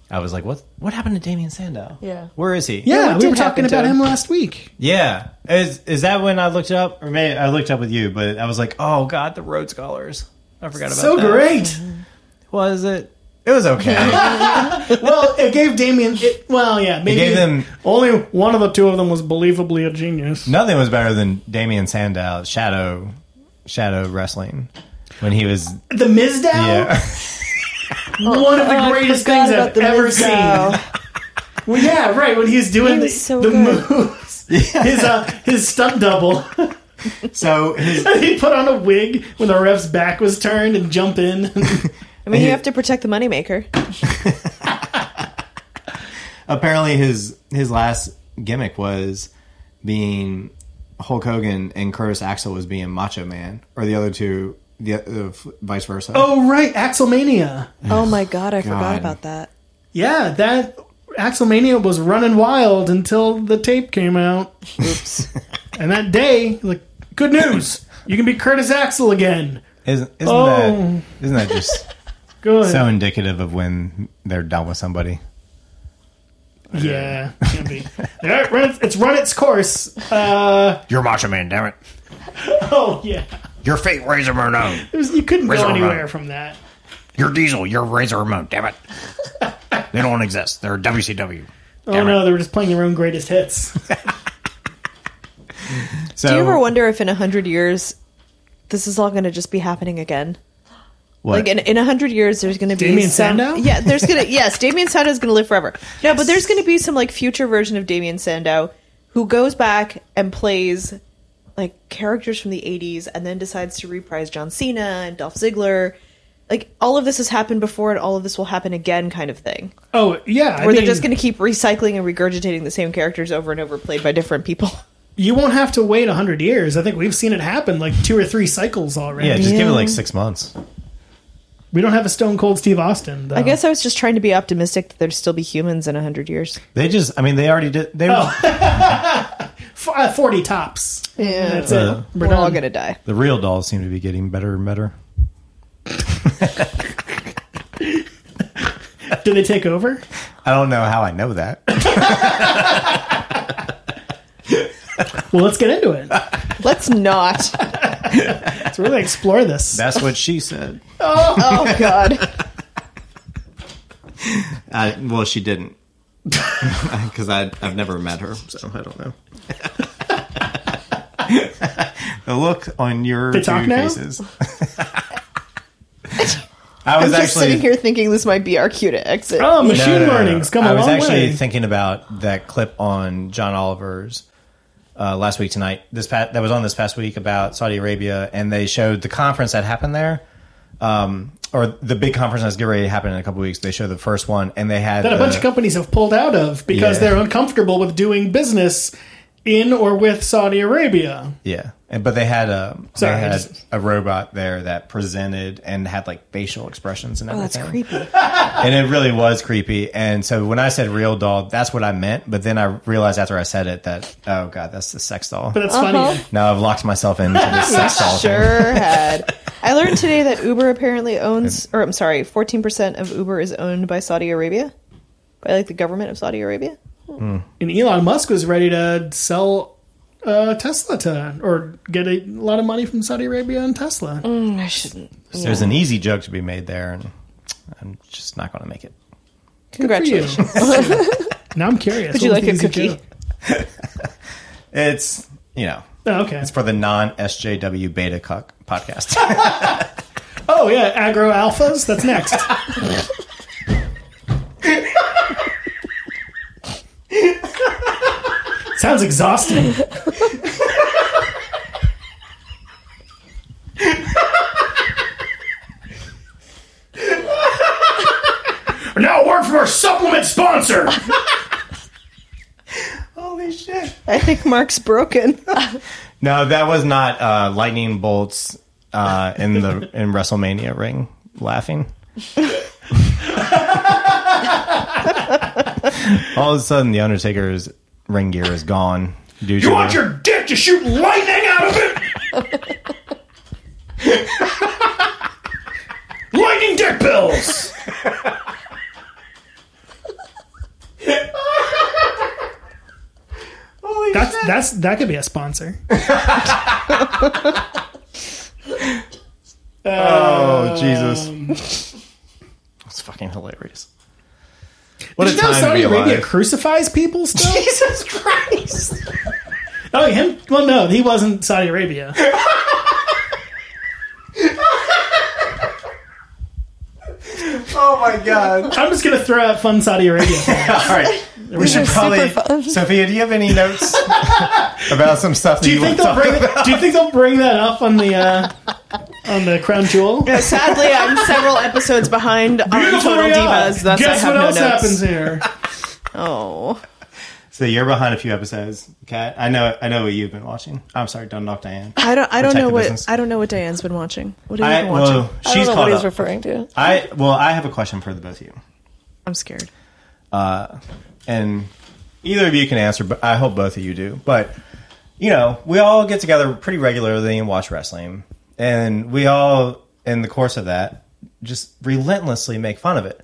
I was like, "What? What happened to Damien Sandow?
Yeah.
where is he?
Yeah,
what
we
did
were talking
happen to
about
him?
him last week.
yeah." Is is that when I looked up, or maybe I looked up with you? But I was like, "Oh God, the Rhodes Scholars! I forgot about
So
that.
great.
Was it? It was okay.
well, it gave Damien. It, well, yeah, maybe
gave them-
only one of the two of them was believably a genius.
Nothing was better than Damien Sandow shadow shadow wrestling when he was
The Mizdow,
yeah.
Oh. one of the greatest
Oh, forgot
things
about
I've
the
ever
Mizdow.
seen. Well, yeah, right when he's doing the,
was so
the
good.
moves, his uh, his stunt double.
so his
he put on a wig when the ref's back was turned and jump in.
I mean, you have to protect the moneymaker.
apparently his his last gimmick was being Hulk Hogan and Curtis Axel was being Macho Man, or the other two, the uh, f- vice versa.
oh right, Axelmania.
Oh my god, I
God.
forgot about that.
Yeah, that Axelmania was running wild until the tape came out. Oops. and that day, like, good news, you can be Curtis Axel again.
isn't, isn't
Oh.
that isn't that just
Good.
so indicative of when they're done with somebody?
yeah, can be. All right, run it- it's run its course. Uh,
You're Macho Man, damn it!
oh yeah,
You're fake Razor Ramon.
It was- you couldn't go
Razor Ramon.
anywhere from that.
You're Diesel. You're Razor Ramon, damn it! They don't exist. They're WCW.
Oh no, they were just playing their own greatest hits.
So
Do you ever wonder if in a hundred years this is all going to just be happening again?
what?
Like in in a hundred years, there's going to be
Damien
some,
Sandow?
Yeah, there's gonna yes, Damien Sandow is going to live forever. No, but there's going to be some like future version of Damien Sandow who goes back and plays like characters from the '80s, and then decides to reprise John Cena and Dolph Ziggler. Like all of this has happened before, and all of this will happen again, kind of thing.
Oh yeah, I
Where
mean,
they're just going to keep recycling and regurgitating the same characters over and over, played by different people.
you won't have to wait a hundred years. I think we've seen it happen like two or three cycles already.
yeah, just give it like six months.
we don't have a Stone Cold Steve Austin. Though.
I guess I was just trying to be optimistic that there'd still be humans in a hundred years.
They just, I mean, they already did. They
Oh. F- uh, forty tops.
Yeah,
That's
Yeah.
it.
we're all going to die.
the real dolls seem to be getting better and better.
Do they take over?
I don't know how I know that.
Well, let's get into it.
Let's not.
Let's really explore this.
That's what she said.
Oh God.
I, well, she didn't. Because I've never met her, so I don't know.
The look on your
They
two
talk now?
faces. I
I'm
was
just
actually
sitting here thinking this might be our cue to exit.
Oh, machine
No, no, no, no.
learning's come a
I was
long
actually
way.
thinking about that clip on John Oliver's uh, last week tonight. This pa- that was on this past week about Saudi Arabia, and they showed the conference that happened there, um, or the big conference that's getting ready to happen in a couple weeks. They showed the first one, and they had
that a
the-
bunch of companies have pulled out of
uh,
because
Yeah.
they're uncomfortable with doing business in or with Saudi Arabia.
Yeah, and but they had a
Sorry, I
they had
just-
a robot there that presented and had like facial expressions
Oh,
and everything.
Oh, creepy.
And it really was creepy. And so when I said real doll, that's what I meant. But then I realized after I said it that oh god, that's the sex doll.
But that's funny.
now I've locked myself into the sex doll thing.
Sure had. I learned today that Uber apparently owns, or I'm sorry, 14% of Uber is owned by Saudi Arabia, by like the government of Saudi Arabia.
And Elon Musk was ready to sell uh, Tesla to, or get a lot of money from Saudi Arabia and Tesla.
I shouldn't.
So There's an easy joke to be made there, and I'm just not going to make it.
Congratulations.
now I'm curious.
Would you
What
like a
was the easy
cookie?
joke?
It's you know
Oh, okay.
for the non SJW beta cuck podcast.
Oh yeah, agro alphas. That's next. Sounds exhausting.
sponsor. Holy shit!
I think Mark's broken.
No, that was not uh, lightning bolts uh, in the in WrestleMania ring laughing. All of a sudden, the Undertaker's ring gear is gone. Due to the-
dick to shoot lightning out of it? lightning dick pills.
That's that's that could be a sponsor.
Oh Jesus! It's fucking hilarious. What
Did you know Saudi Arabia crucifies people still? Jesus Christ! oh, him? Well, no, he wasn't Saudi Arabia.
Oh my god!
I'm just gonna throw out fun Saudi Arabia.
All right, we should probably. Sophia, do you have any notes about some stuff that
Do you think
want
they'll
to
bring? Do you think they'll bring that up on the uh, on the crown jewel?
Sadly, I'm several episodes behind on Total Divas. Thus,
Guess
I have
what
no
else
notes.
happens here?
Oh,
So you're behind a few episodes, Kat. I know. I know what you've been watching. I'm sorry, don't knock Diane.
I don't. I don't
Protect
know
the
what.
business.
I don't know what Diane's been watching. What have you
I
been watching?
well,
I don't
she's
know what
caught
he's
up.
referring to.
I well, I have a question for the both of you,
I'm scared.
and either of you can answer. But I hope both of you do. But you know, we all get together pretty regularly and watch wrestling, and we all, in the course of that, just relentlessly make fun of it.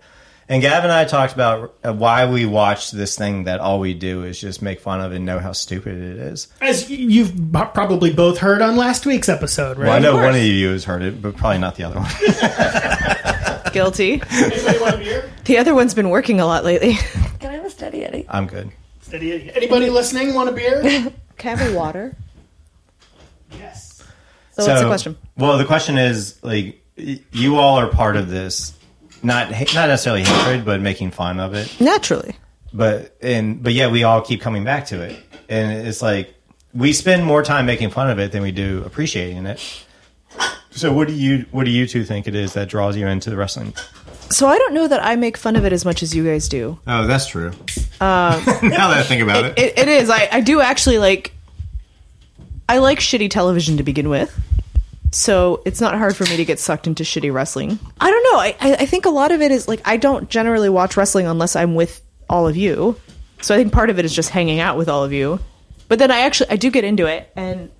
And Gab and I talked about uh, why we watch this thing that all we do is just make fun of and know how stupid it is.
As y- you've b- probably both heard on last week's episode, right?
Well, I know one of you has heard it, but probably not the other one.
Guilty. the other one's been working a lot lately.
Can I have a steady Eddie?
I'm good.
Anybody anybody listening want a beer?
Can I have a water?
yes.
So, what's the question?
Well, the question is like y- you all are part of this, not ha- not necessarily hatred, but making fun of it.
Naturally.
But and but yeah, we all keep coming back to it, and it's like we spend more time making fun of it than we do appreciating it. So what do you what do you two think it is that draws you into the wrestling?
So I don't know that I make fun of it as much as you guys do.
Oh, that's true. now that I think about it,
Uh, It, it is. I, I do actually like. I like shitty television to begin with, so it's not hard for me to get sucked into shitty wrestling. I don't know. I, I I think a lot of it is like I don't generally watch wrestling unless I'm with all of you, so I think part of it is just hanging out with all of you. But then I actually I do get into it, and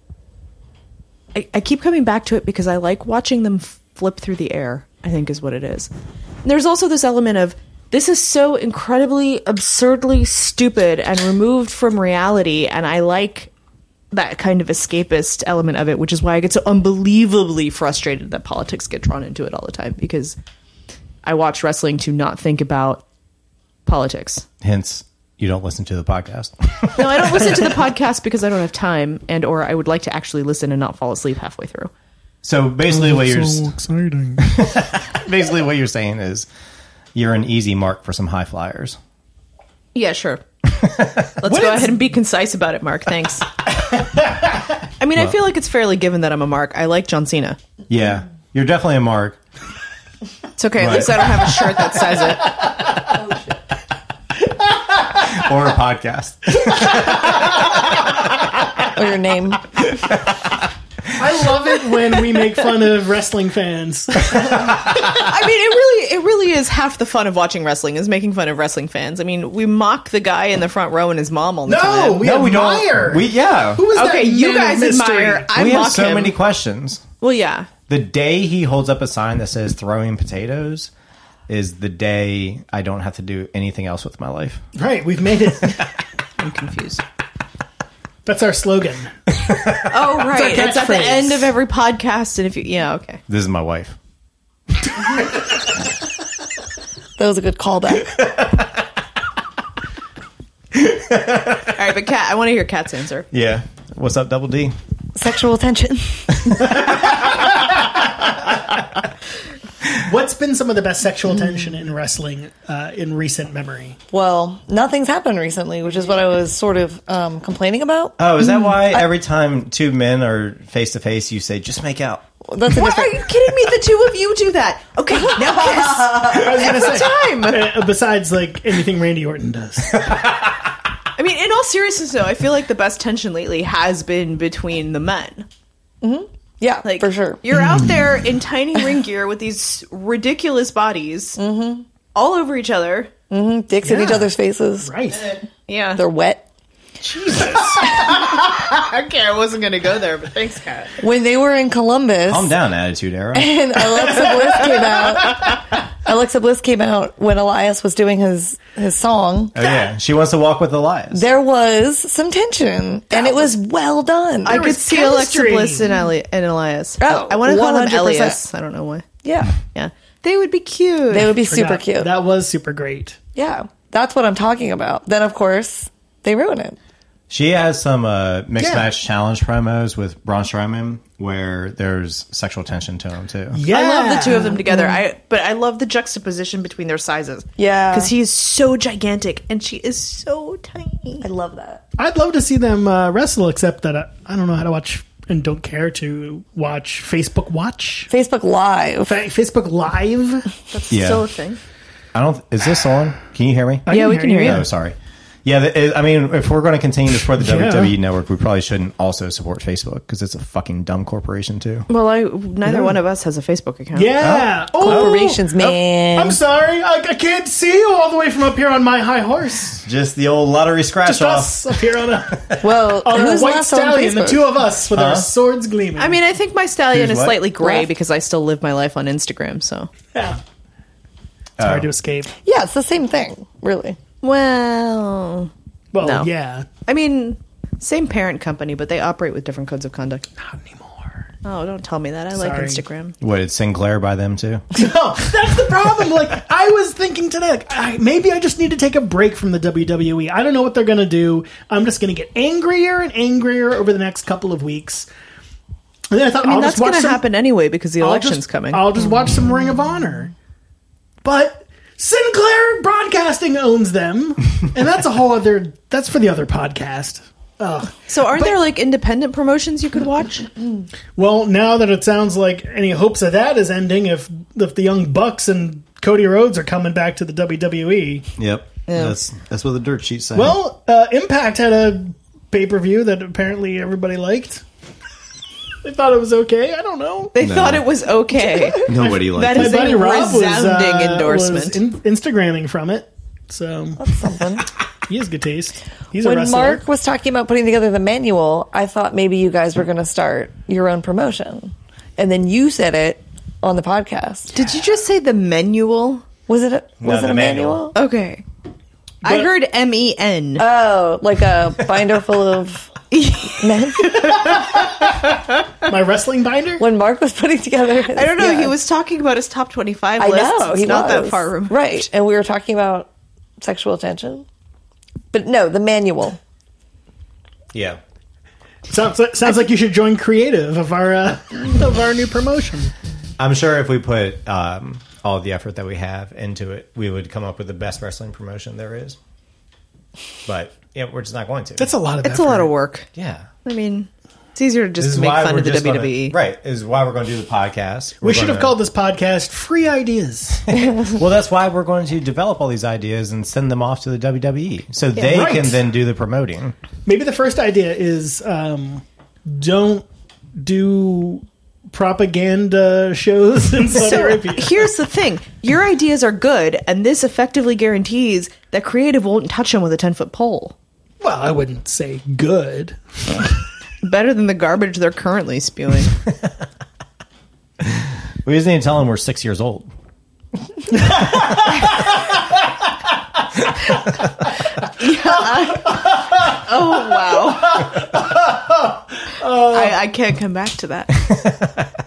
I, I keep coming back to it because I like watching them flip through the air. I think is what it is. And there's also this element of this is so incredibly absurdly stupid and removed from reality and i like that kind of escapist element of it which is why i get so unbelievably frustrated that politics get drawn into it all the time because i watch wrestling to not think about politics
hence you don't listen to the podcast.
no i don't listen to the podcast because i don't have time and or i would like to actually listen and not fall asleep halfway through
So basically, what you're s-
exciting.
basically what you're saying is you're an easy mark for some high flyers.
Yeah, sure. Let's go ahead and be concise about it, Mark. Thanks. I mean, I feel like it's fairly given that I'm a Mark. I like John Cena.
Yeah, you're definitely a mark.
It's okay. At least I don't have a shirt that says it.
or a podcast.
Or your name?
I love it when we make fun of wrestling fans.
I mean, it really, it really is half the fun of watching wrestling is making fun of wrestling fans. I mean, we mock the guy in the front row and his mom all the time.
we admire.
We yeah.
Who is that
Okay, you
man of
guys
mystery?
admire. I
we
mock
have so
him.
many questions.
well, yeah.
The day he holds up a sign that says "throwing potatoes" is the day I don't have to do anything else with my life.
Right, we've made it.
I'm confused.
That's our slogan.
Oh, right.
It's our
It's at the
catchphrase.
end of every podcast, and if you, yeah, okay.
This is my wife.
That was a good callback.
All right, but Kat, I want to hear Kat's answer.
Yeah. What's up, Double D?
Sexual tension.
What's been some of the best sexual tension in wrestling uh, in recent memory?
Well, nothing's happened recently, which is what I was sort of um, complaining about.
Mm,
Oh, is that why every time two men are face to face, you say just make out?
That's a
Why are
different.
you kidding me? The two of you do that. Okay, now kiss.
I was gonna say.
Time.
Uh, besides, like anything Randy Orton does.
I mean, in all seriousness, though, I feel like the best tension lately has been between the men.
Yeah,
Like,
for sure.
you're out there in tiny ring gear with these ridiculous bodies all over each other.
Dicks in each other's faces.
Right.
Yeah,
They're wet.
okay, I wasn't gonna go there, but thanks, Kat.
When they were in Columbus,
Calm down, Attitude Era.
and Alexa Bliss came out. Alexa Bliss came out when Elias was doing his his song.
Oh, yeah. She wants to walk with Elias.
There was some tension, and it was well done.
I
I,
could
was
see Alexa
chemistry.
Bliss and, Eli- and Elias.
Oh,
I, want to call them
100%.
Elias. I don't know why.
yeah,
Yeah, they would be cute.
they would be super
That-
cute.
That was super great.
yeah, that's what I'm talking about. Then, of course, they ruin it.
She has some uh, mixed
Yeah.
match challenge promos with Braun Strowman where there's sexual tension to him too.
Yeah. Mm.
I love the two of them together. I but I love the juxtaposition between their sizes.
Yeah.
because he is so gigantic and she is so tiny.
I love that.
I'd love to see them uh, wrestle, except that I, I don't know how to watch and don't care to watch Facebook Watch.
Facebook Live.
Fa- Facebook Live.
That's
Yeah.
still a thing.
I don't. Is this on? Can you hear me?
I
Yeah, we can hear
Oh, sorry. Yeah, th- it- I mean, if we're going to continue to support the
Yeah.
WWE network, we probably shouldn't also support Facebook because it's a fucking dumb corporation too.
Well, I neither one of us has a Facebook account.
Yeah. Oh,
Corporations, man.
I'm sorry. I, I can't see you all the way from up here on my high horse.
Just the old lottery scratch
Just
off.
us up here on a,
Well,
on a
who's
white
last on
stallion, the
Facebook?
two of us with our swords gleaming.
I mean, I think my stallion
Who's
is
what?
slightly gray
Left.
because I still live my life on Instagram. So,
yeah. It's hard to escape.
yeah, it's the same thing, really.
well,
Well,
No.
yeah.
I mean, same parent company, but they operate with different codes of conduct.
Not anymore.
Oh, don't tell me that. I like
Sorry.
Instagram.
What? It's Sinclair by them too.
No, that's the problem. Like I was thinking today, like I, maybe I just need to take a break from the WWE. I don't know what they're gonna do. I'm just gonna get angrier and angrier over the next couple of weeks. And then I thought,
I mean,
will
that's
just watch
going to
some-
happen anyway because the
I'll
election's
just-
coming.
I'll just watch some Ring of Honor. But Sinclair Broadcasting owns them, and that's a whole other. That's for the other podcast. Ugh.
so, aren't there like independent promotions you could watch?
Well, now that it sounds like any hopes of that is ending, if if the Young Bucks and Cody Rhodes are coming back to the WWE.
Yep. That's that's what the dirt sheet said.
Well, uh, Impact had a pay per view that apparently everybody liked. they thought it was okay. I don't know.
They thought it was okay.
nobody likes
that
My
is a
buddy Rob was,
resounding
uh,
endorsement.
was in- Instagramming from it, so
Something.
he has good taste. He's a
when
wrestler.
Mark was talking about putting together the manual, I thought maybe you guys were going to start your own promotion. And then you said it on the podcast.
Did you just say the manual?
Was it a, was
the
it a manual?
Okay. I
But-
heard M E N.
Oh, like a binder full of men.
My wrestling binder.
When Mark was putting together, his,
I don't know.
yeah.
He was talking about his top twenty-five
I
list.
know
It's
he
not
was
that far removed.
right? And we were talking about sexual attention, but no, the manual.
Yeah.
Sounds like, sounds like you should join creative of our uh, of our new promotion.
I'm sure if we put um, all the effort that we have into it, we would come up with the best wrestling promotion there is. But yeah, we're just not going to.
That's a lot of.
It's a lot of work.
yeah.
I mean, it's easier to
This
just
is
make
why
fun
we're
of the E.
just gonna-
WWE.
right. Is why we're going to do the podcast.
E. We should have called this podcast "Free Ideas."
Well, that's why we're going to develop all these ideas and send them off to the WWE, so they
Right.
can then do the promoting.
Maybe the first idea is um, don't do propaganda shows in Saudi
So
Arabia.
here's the thing: your ideas are good, and this effectively guarantees that creative won't touch them with a ten-foot pole.
Well, I wouldn't say good.
Better than the garbage they're currently spewing.
We just need to tell them we're six years old.
oh wow! I, I can't come back to that.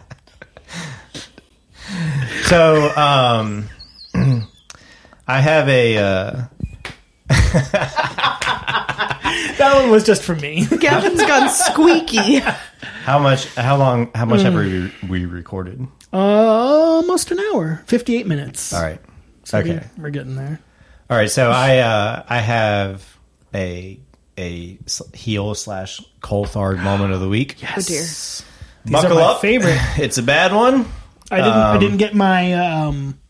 So um, I have a. Uh,
That one was just for me.
Gavin's gone squeaky.
how much? How long? How much have we,
Mm.
we recorded?
Uh, almost an hour, fifty-eight minutes.
All right.
We-
Okay.
we're getting there.
All right, so I uh, I have a a s- heel slash Colthard moment of the week.
Oh dear.
These are my favorite.
It's a bad one.
I didn't. I didn't get my. Um,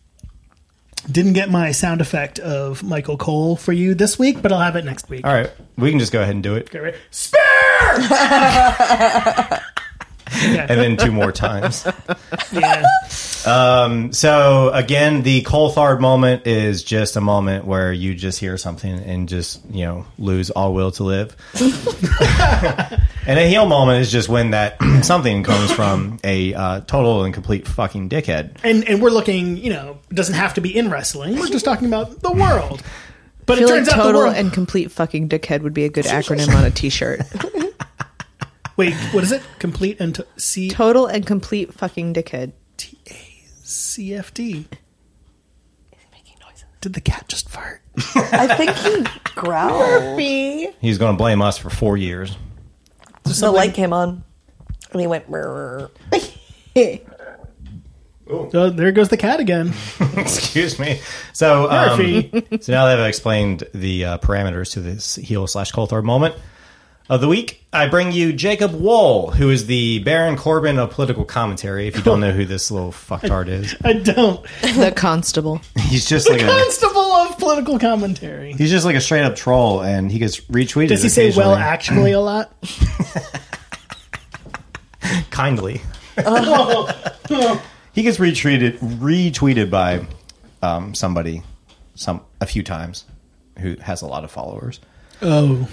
didn't get my sound effect of Michael Cole for you this week, but I'll have it next week.
All right, we can just go ahead and do it,
Okay, right?
and then two more times.
Yeah.
So again, the Colthard moment is just a moment where you just hear something and just you know lose all will to live. and a heel moment is just when that something comes from a uh, total and complete fucking dickhead.
and and we're looking. You know, it doesn't have to be in wrestling. We're just talking about the world. But
I
it
feel like
turns out the
total
world.
and complete fucking dickhead would be a good acronym on a T-shirt.
wait, what is it? Complete and t- C-
Total and complete fucking dickhead.
CFD.
Making noises.
Did the cat just fart?
I think he growled.
He's going to blame us for four years.
The light came on, and he went. "Brrr."
Oh, there goes the cat again.
Excuse me. So, um,
Murphy.
so now that I've explained the uh, parameters to this heel slash Coulthard moment of the week, I bring you Jacob Wool, who is the Baron Corbin of political commentary. If you don't know who this little fucktard is,
I don't.
The constable.
he's just like a,
Constable of political commentary.
he's just like a straight up troll, and he gets retweeted.
Does he say well
occasionally.
actually a lot?
kindly? he gets retweeted retweeted by um, somebody some a few times who has a lot of followers.
Oh.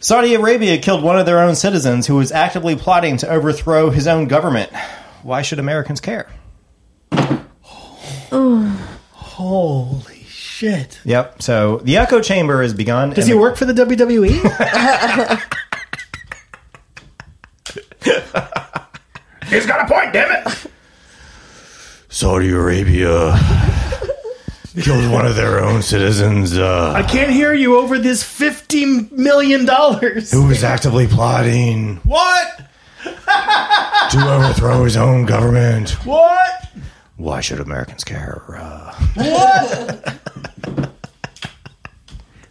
Saudi Arabia killed one of their own citizens who was actively plotting to overthrow his own government. Why should Americans care?
Holy shit.
Yep. So the echo chamber has begun.
Does he work for the E? WWE?
He's got a point, damn it! Saudi Arabia killed one of their own citizens uh,
I can't hear you over this $50 million.
who was actively plotting. What? to overthrow his own government.
What?
Why should Americans care? Uh,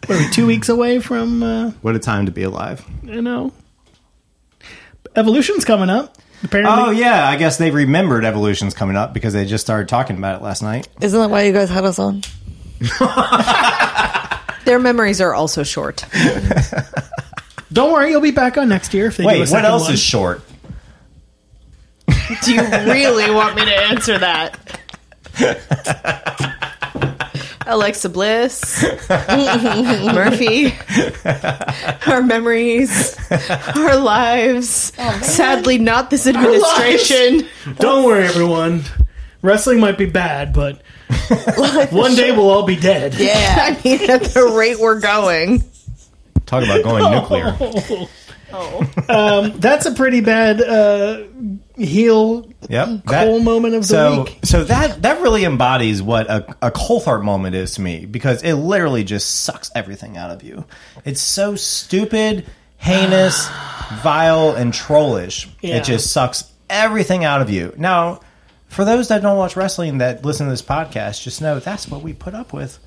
What are we, two weeks away from, uh,
what a time to be alive.
you know? Evolution's coming up. Apparently.
Oh, yeah. I guess they remembered evolution's coming up because they just started talking about it last night.
Isn't that why you guys had us on?
Their memories are also short.
Don't worry, you'll be back on next year if they do a
Wait, what
second
else
one.
is short?
Do you really want me to answer that? Alexa Bliss, Murphy, our memories, our lives. Sadly, not this administration.
Don't worry, everyone. Wrestling might be bad, but one day we'll all be dead.
Yeah.
I mean, at the rate we're going,
Talk about going nuclear.
That's a pretty bad uh, heel
Yep.
Cole moment of the
so,
week.
So that that really embodies what a, a Colthart moment is to me because it literally just sucks everything out of you. It's so stupid, heinous, vile, and trollish.
Yeah.
It just sucks everything out of you. Now, for those that don't watch wrestling that listen to this podcast, just know that's what we put up with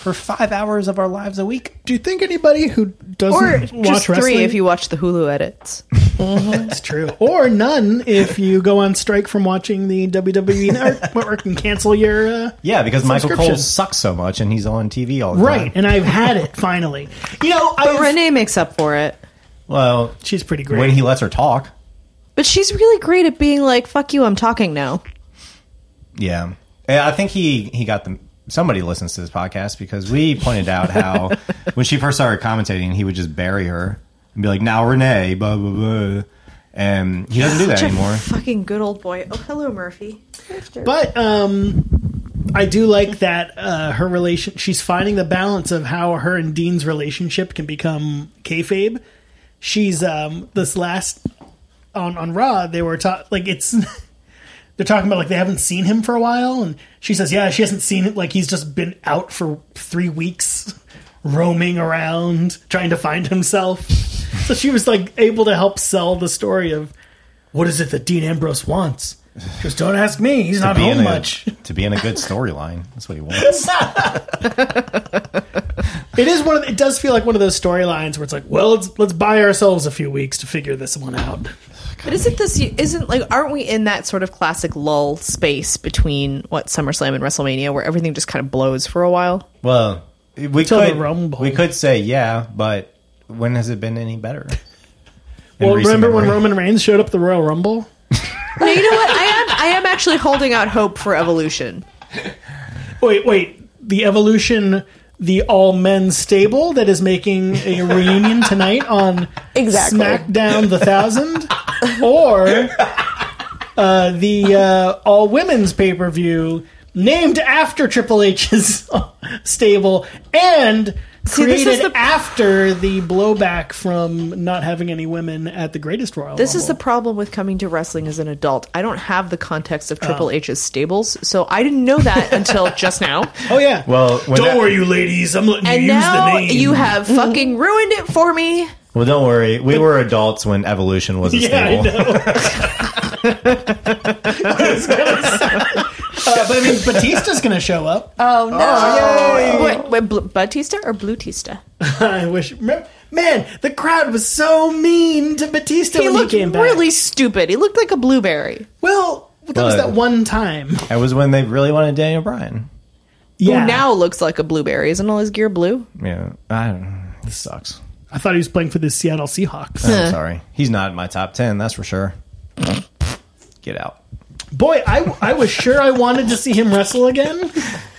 for five hours of our lives a week.
Do you think anybody who
or
doesn't watch
just
wrestling?
three if you watch the Hulu edits.
That's true. Or none if you go on strike from watching the WWE Network network and cancel your. Uh,
Yeah, because Michael Cole
Subscription.
sucks so much and he's on TV all the time.
right, and I've had it finally. You know,
But
I've-
Renee makes up for it.
Well,
She's pretty great.
when he lets her talk.
But she's really great at being like, "Fuck you, I'm talking now."
Yeah, And I think he he got the somebody listens to this podcast because we pointed out how when she first started commentating, he would just bury her and be like, "Now Renee," blah blah blah, and he doesn't do that anymore.
Fucking good old boy. Oh, hello, Murphy.
But um, I do like that uh, her relation. She's finding the balance of how her and Dean's relationship can become kayfabe. She's um, this last on on Raw. They were ta- like it's. They're talking about like they haven't seen him for a while, and she says, "Yeah, she hasn't seen it. Like he's just been out for three weeks, roaming around trying to find himself." so she was like able to help sell the story of what is it that Dean Ambrose wants. Just don't ask me. He's not
Be in
home
a-
much.
to be in a good storyline. That's what he wants.
It is one of the, it does feel like one of those storylines where it's like, well, let's let's buy ourselves a few weeks to figure this one out.
But isn't this isn't like aren't we in that sort of classic lull space between what SummerSlam and WrestleMania where everything just kind of blows for a while?
Well, we
Till the
could
Rumble.
we could say yeah, but when has it been any better? In
Well,
recent
remember when
memory.
Roman Reigns showed up at the Royal Rumble?
No, you know what? I am I am actually holding out hope for evolution.
Wait, wait. The evolution, the all men stable that is making a reunion tonight on
Exactly.
SmackDown the Thousand, or uh, the uh, all women's pay per view named after Triple H's stable and
See, this is
created
the-
after the blowback from not having any women at the Greatest Royal.
This is the
Rumble.
problem with coming to wrestling as an adult. I don't have the context of Triple H's stables, so I didn't know that until just now.
oh yeah.
Well, when that-
you ladies. I'm letting
And now you have fucking ruined it for me.
well, don't worry. We were adults when evolution was a
Yeah, I
stable.
know. I was gonna say. Uh, but I mean, Batista's going to show up.
Oh no!
Oh.
Wait, wait, Bl- Batista or Blutista?
I wish. remem- Man, the crowd was so mean to Batista
He
when he
looked
came back.
really stupid. He looked like a blueberry.
well. That was
But-
that one time.
That was when they really wanted Daniel Bryan.
Yeah.
Who now looks like a blueberry. Isn't all his gear blue?
Yeah, I don't. know. He sucks.
I thought he was playing for the Seattle Seahawks.
I'm sorry. He's not in my top ten. That's for sure. Get out.
Boy, I, I was sure I wanted to see him wrestle again.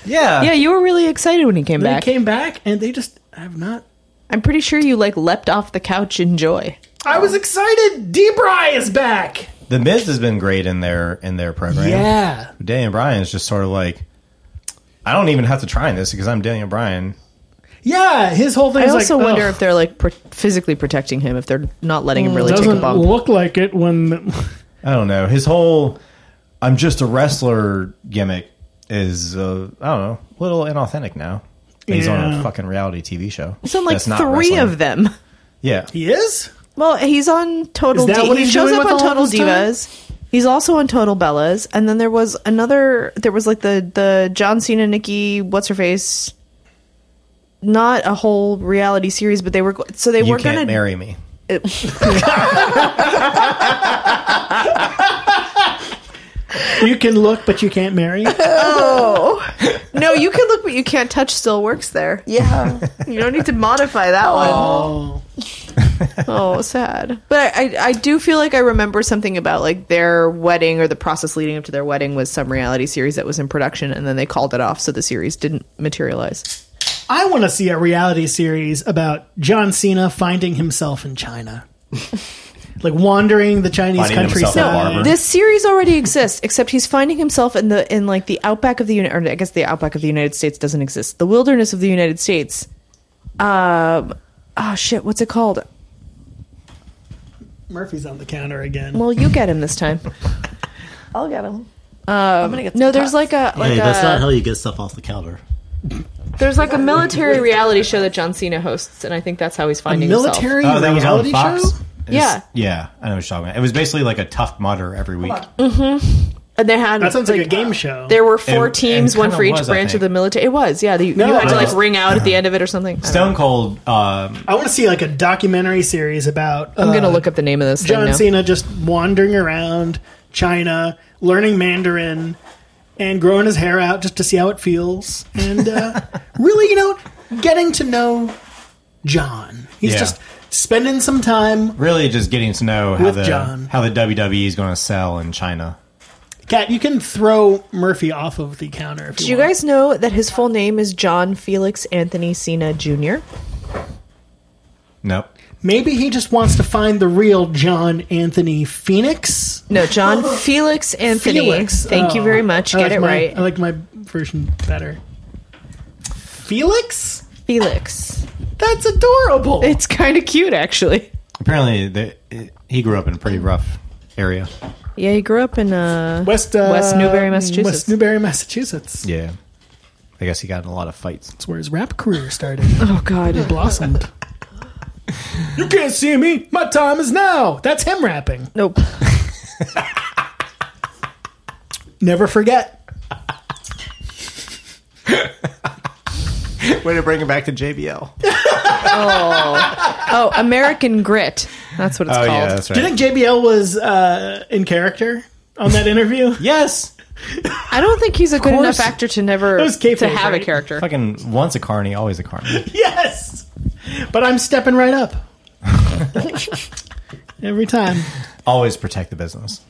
Yeah.
Yeah, you were really excited when he came
They
back.
came back and they just have not.
I'm pretty sure you like leapt off the couch in joy.
I was excited. Debray is back.
The Miz has been great in their in their program.
Yeah.
Daniel Bryan is just sort of like, I don't even have to try this because I'm Daniel Bryan.
Yeah. His whole thing
I
is
also
like,
wonder
ugh.
if they're like pr- physically protecting him if they're not letting him really take a
doesn't
bump.
look like it when the-
I don't know. His whole I'm just a wrestler gimmick is uh, I don't know, a little inauthentic now. He's on
Yeah.
a fucking reality TV show.
He's on like
That's not
three
wrestling.
of them.
Yeah.
he is.
Well, he's on Total.
Is that
D-
what
he
he's
shows
doing
up
with
on
all
Total
of his time?
Divas. He's also on Total Bellas, and then there was another. There was like the the John Cena, Nikki, what's her face. Not a whole reality series, but they were go- so they
You
were
can't
gonna
marry me.
You can look, but you can't marry.
no. You can look, but you can't touch. Still works there.
Yeah,
You don't need to modify that one. Oh, sad. But I, I, I do feel like I remember something about like their wedding or the process leading up to their wedding was some reality series that was in production, and then they called it off, so the series didn't materialize.
I want to see a reality series about John Cena finding himself in China, like wandering the Chinese
Finding himself in a
countryside.
barber.
This series already exists, except he's finding himself in the in like the outback of the United. Or I guess the outback of the United States doesn't exist. The wilderness of the United States. Um. Oh shit! What's it called?
Murphy's on the counter again.
Well, you get him this time.
I'll get him. I'm gonna get
No,
some
there's
cuts.
like a like
hey,
a,
that's not how you get stuff off the counter.
There's like a military reality show that John Cena hosts, and I think that's how he's finding Himself.
military
Oh, that was on
reality
Fox.
show.
It's-
Yeah.
Yeah. I know what you're talking about. It was basically like a tough mudder every week.
And they had
That sounds like, a game show.
There were four
It- it
teams, one
kinda
for each
was, I
branch of
think.
the military. It was, yeah. The,
No,
you had to
I
like
just-
ring out at the end of it or something. I don't know.
Stone Cold um,
I want to see like a documentary series about.
I'm gonna
uh,
look up the name of this. thing
John
now.
Cena just wandering around China, learning Mandarin, and growing his hair out just to see how it feels, and uh, really, you know, getting to know John. He's
Yeah.
just spending some time.
really just getting to know how
With
the
John.
how the WWE is going to sell in China.
Cat, you can throw Murphy off of the counter. If
Do you
want.
guys know that his full name is John Felix Anthony Cena Jr.?
Nope.
Maybe he just wants to find the real John Anthony Phoenix.
No, John Felix Anthony.
Felix.
Thank you
Oh,
very much.
I
Get
like
it
my-
right,
I like my version better. Felix?
Felix.
That's adorable.
It's kind of cute, actually.
Apparently, the, he grew up in a pretty rough area.
Yeah, he grew up in uh,
West uh,
West Newbury, Massachusetts.
West Newbury, Massachusetts.
Yeah. I guess he got in a lot of fights.
That's where his rap career started,
oh god,
blossomed. you can't see me. My time is now. That's him rapping.
nope.
Never forget.
Way to bring him back to JBL.
Oh, American Grit. That's what it's
Oh
called.
yeah, that's right.
Do you think JBL was uh, in character on that interview?
yes,
I don't think he's a good
course.
enough actor to never
was kayfabe,
to have
right?
a character.
fucking once a carny, always a carny.
yes. But I'm stepping right up every time.
always protect the business.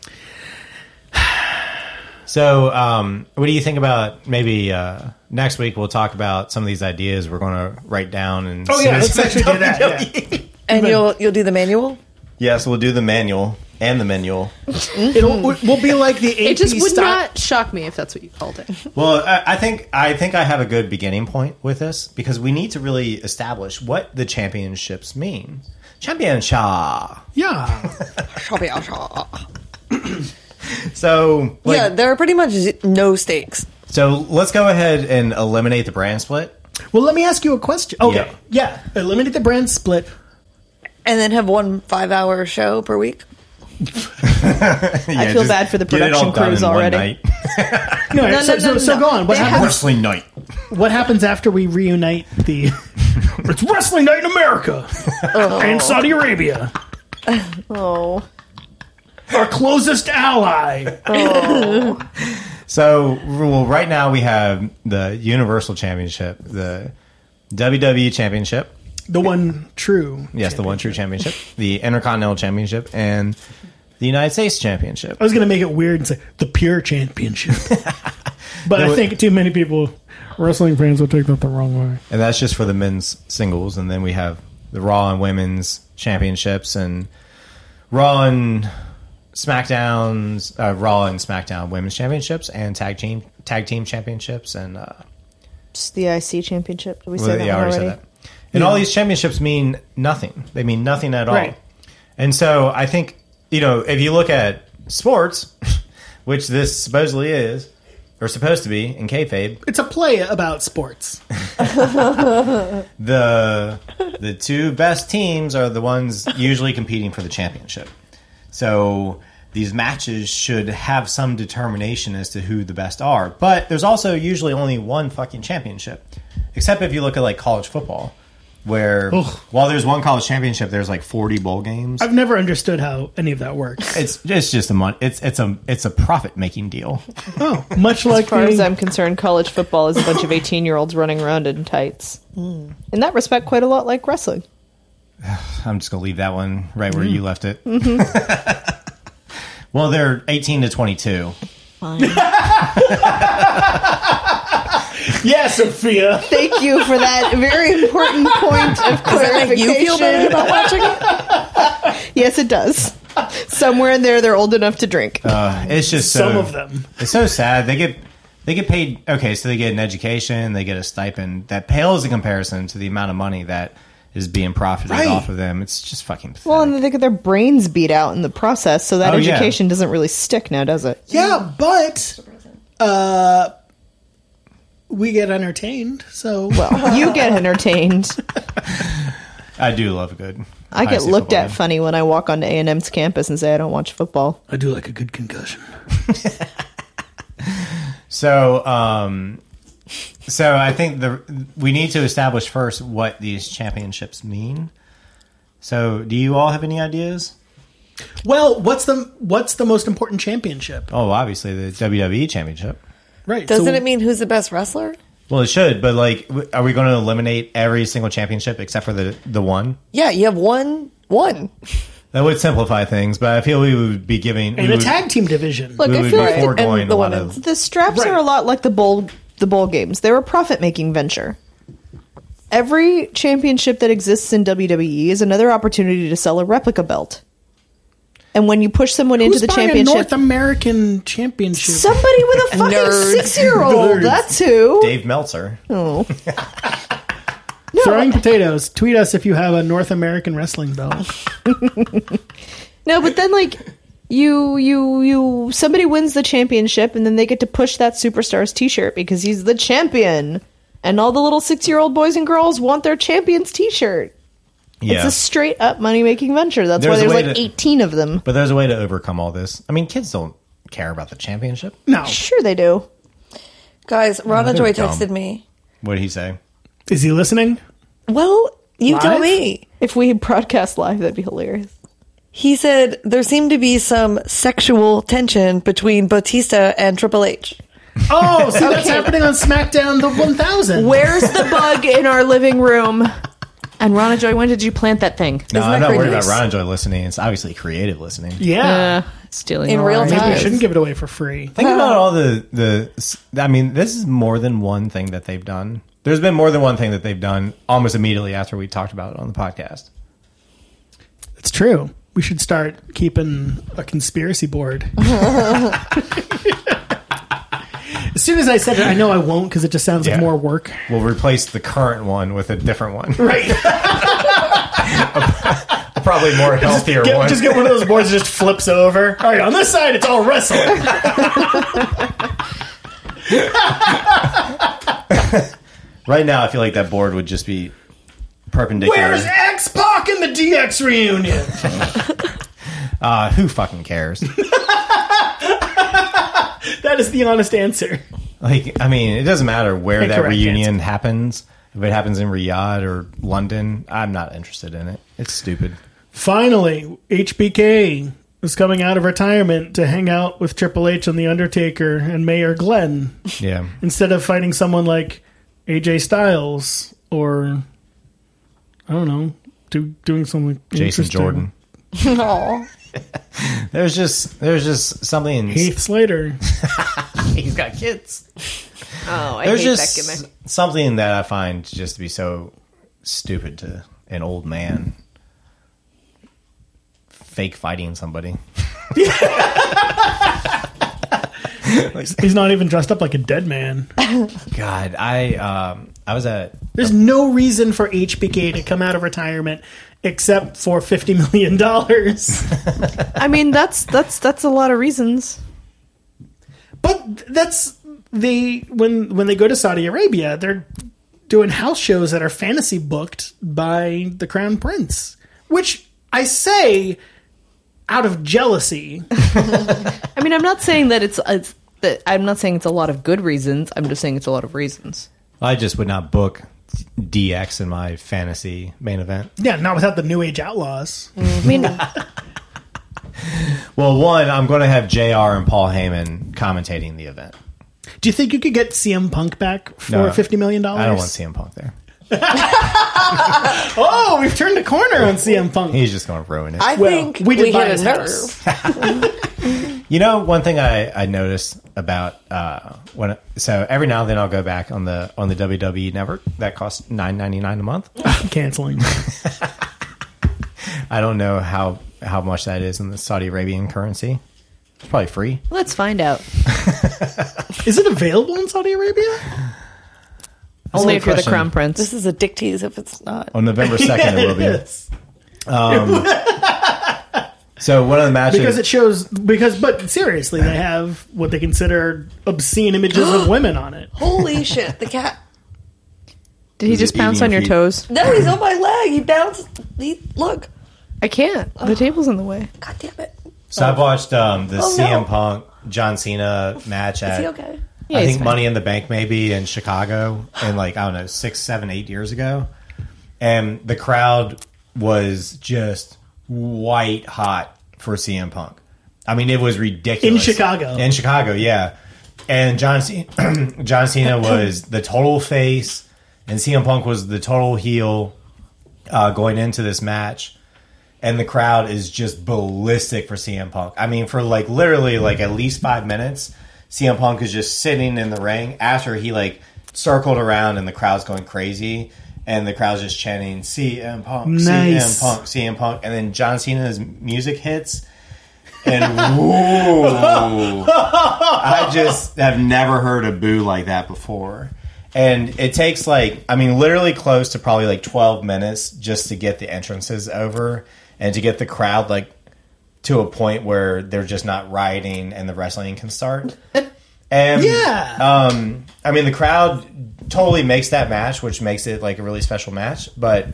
So, um, what do you think about maybe uh, next week? We'll talk about some of these ideas we're going to write down. And
Oh, yeah, let's actually do that. yeah.
And you'll you'll do the manual.
Yes, we'll do the manual and the manual.
It'll, we'll be like the AP
It just would
style-
not shock me if that's what you called it.
Well, I, I think I think I have a good beginning point with this because we need to really establish what the championships mean. Championship.
Yeah.
So, like,
yeah, there are pretty much z- no stakes.
so let's go ahead and eliminate the brand split.
Well, let me ask you a question. Okay.
Yeah.
Yeah. Eliminate the brand split.
And then have one five hour show per week.
I
feel bad for the production crews already.
No,
no,
so,
no,
so,
no,
so
no.
go on. What
They
happens,
Wrestling night.
what happens after we reunite the. Oh. it's Wrestling Night in America and Saudi Arabia,
Oh,
our closest ally.
So, well, right now we have the Universal Championship, the WWE Championship.
The one true.
Yes, the one true championship, the Intercontinental Championship, and the United States Championship.
I was going to make it weird and say the pure championship. but
No,
I
it-
think too many people, wrestling fans, will take that the wrong way.
And that's just for the men's singles. And then we have the Raw and Women's Championships and Raw and SmackDown's uh, Raw and SmackDown Women's Championships and Tag Team Tag Team Championships and uh,
it's the IC championship. Did we say
well,
that
yeah, I
one
already
already?
said that. And all these championships mean nothing. They mean nothing at all.
Right.
And so I think, you know, if you look at sports, which this supposedly is, or supposed to be in kayfabe,
It's a play about sports.
the the two best teams are the ones usually competing for the championship. So these matches should have some determination as to who the best are. But there's also usually only one fucking championship. Except if you look at like college football, where while there's one college championship, there's like 40 bowl games.
I've never understood how any of that works.
It's it's just a mon- it's it's a it's a profit making deal.
Oh, much like
As far as
the-
I'm concerned, college football is a bunch of 18 year olds running around in tights. In that respect, quite a lot like wrestling.
I'm just gonna leave that one right where you left it. well, they're 18 to 22.
yeah, Sophia.
Thank you for that very important point of clarification.
You feel better about watching it?
yes, it does. Somewhere in there, they're old enough to drink.
It's just so,
Some of them.
It's so sad. They get they get paid okay, so they get an education, they get a stipend that pales in comparison to the amount of money that is being profited
Right.
off of them. It's just fucking pathetic.
well, and they get their brains beat out in the process, so that
Oh, yeah.
education doesn't really stick now, does it?
Yeah, but uh, we get entertained. So
Well, you get entertained.
I do love a good.
I
IC
get looked
football
at
game.
funny when I walk onto A&M's campus and say I don't watch football.
I do like a good concussion.
So, um, so I think the we need to establish first what these championships mean. So, do you all have any ideas?
Well, what's the what's the most important championship?
Oh, obviously the WWE championship.
Right.
Doesn't
so-
it mean who's the best wrestler?
Well, it should, but like, w- are we going to eliminate every single championship except for the the one?
Yeah, you have one one.
That would simplify things, but I feel we would be giving we
and a
would-
tag team division?
Look,
we
I
would
feel
be
like the-
foregoing
and the
a lot
women's.
of.
the straps
Right.
are a lot like the bowl the bowl games. They're a profit making venture. Every championship that exists in WWE is another opportunity to sell a replica belt. And when you push someone
Who's
into the
buying a
championship,
North American championship.
somebody with a fucking
Nerds.
six year old.
Nerds.
That's who.
Dave Meltzer.
Oh.
Throwing potatoes. Tweet us if you have a North American wrestling belt.
No, but then like you you you somebody wins the championship and then they get to push that superstar's t-shirt because he's the champion. And all the little 6-year-old boys and girls want their champion's t-shirt.
Yeah,
It's a straight up money making venture. That's
There's a
why
way
there's like
to-
18 of them.
but there's a way to overcome all this. I mean, kids don't care about the championship.
No,
Sure they do.
Guys, Rana
they're
Joy
dumb.
texted me.
What did he say?
is he listening?
Well, You
Live?
tell me.
If we broadcast live, that'd be hilarious.
He said there seemed to be some sexual tension between Batista and Triple H.
Oh, see, that's happening on SmackDown the 1000.
Where's the bug in our living room? And Rana Joy, when did you plant that thing?
No, I'm not worried
nice?
about Ron Joy listening. It's obviously creative listening.
Yeah.
Uh, stealing
In
the
real
line.
time.
Maybe we shouldn't give it away for free.
Think about all the the. I mean, this is more than one thing that they've done. There's been more than one thing that they've done almost immediately after we talked about it on the podcast.
It's true. We should start keeping a conspiracy board. as soon as I said it, I know I won't because it just sounds
Yeah.
like more work.
We'll replace the current one with a different one,
Right.
a probably more healthier
Get-
one.
just get one of those boards that just flips over. All right, on this side, it's all wrestling.
right now, I feel like that board would just be perpendicular.
Where's X Pac in the DX reunion?
Uh, who fucking cares?
That is the honest answer.
like, I mean, it doesn't matter where
The
that
correct
reunion happens. If it happens in Riyadh or London, I'm not interested in it. It's stupid.
Finally, HBK is coming out of retirement to hang out with Triple H and The Undertaker and Mayor Glenn
Yeah.
instead of fighting someone like AJ Styles or I don't know, do, doing something.
Jason
interesting.
Jordan.
No.
There's just there's just something.
Heath Slater.
he's got kids.
Oh, I
There's
hate
just
that gimmick.
something that I find just to be so stupid to an old man fake fighting somebody.
He's not even dressed up like a dead man.
God, I um I was at
There's no reason for HBK to come out of retirement except for fifty million dollars.
I mean, that's that's that's a lot of reasons.
But that's they when when they go to Saudi Arabia, they're doing house shows that are fantasy booked by the crown prince, which I say out of jealousy.
I mean, I'm not saying that it's,
uh,
it's that I'm not saying it's a lot of good reasons. I'm just saying it's a lot of reasons.
I just would not book DX in my fantasy main event.
Yeah, not without the New Age Outlaws.
Mm.
I mean,
Well, one, I'm going to have JR and Paul Heyman commentating the event.
Do you think you could get CM Punk back for
No,
fifty million dollars?
I don't want CM Punk there.
Oh, we've turned a corner on CM Punk.
He's just going to ruin it.
I
Well,
think
we
we,
did buy
hit
his
a
house.
nerve.
You know, one thing I, I noticed about uh, when so every now and then I'll go back on the on the WWE network that costs nine ninety nine a month.
Canceling.
I don't know how how much that is in the Saudi Arabian currency. It's probably free.
let's find out.
Is it available in Saudi Arabia?
Only if you're the
question.
crown prince.
This is a dick tease if it's not.
On November second, it will be.
Yes.
So one of the matches
Because it shows because but seriously, they have what they consider obscene images of women on it.
Holy shit, the cat.
Did he
Is
just
it
pounce
eating
on your
feet?
toes?
No, he's on my leg. He bounced. He, look.
I can't. The table's in the way.
God damn it.
So I've watched um, the
Oh, no.
CM Punk John Cena match at
Is he okay?
Yeah,
I
he's
think
fine.
Money in the Bank maybe in Chicago and like I don't know six seven eight years ago, and the crowd was just white hot for CM Punk. I mean, it was ridiculous
In Chicago.
In Chicago, yeah. And John Cena, John Cena was the total face, and CM Punk was the total heel uh, going into this match and the crowd is just ballistic for CM Punk. I mean, for like literally like at least five minutes, CM Punk is just sitting in the ring after he like circled around and the crowd's going crazy and the crowd's just chanting CM Punk, CM
Nice.
Punk, CM Punk, and then John Cena's music hits. And whoa, I just have never heard a boo like that before. And it takes like, I mean, literally close to probably like 12 minutes just to get the entrances over and to get the crowd like to a point where they're just not rioting and the wrestling can start. And
Yeah.
um, I mean, the crowd totally makes that match, which makes it like a really special match. But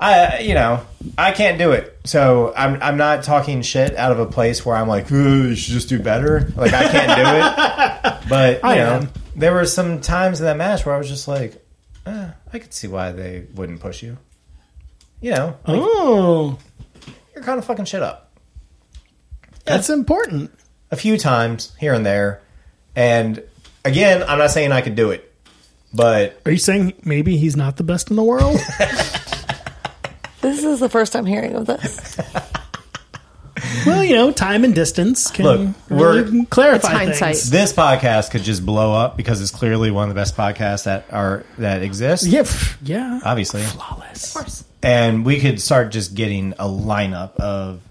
I, you know, I can't do it. So I'm, I'm not talking shit out of a place where I'm like, "Ooh, you should just do better. Like I can't do it. But you
I
know,
am.
"Uh, there were some times in that match where I was just like, eh, I could see why they wouldn't push you. You know, like,
Ooh,
Oh. you're kind of fucking shit up
that's important.
a few times here and there. And again, I'm not saying I could do it, but
Are you saying maybe he's not the best in the world?
This is the first I'm hearing of this.
well, you know, time and distance can
Look,
really
we're-
clarify
It's hindsight.
things.
this podcast could just blow up because it's clearly one of the best podcasts that are that exists.
Yeah, pff, yeah.
obviously.
Flawless.
and we could start just getting a lineup of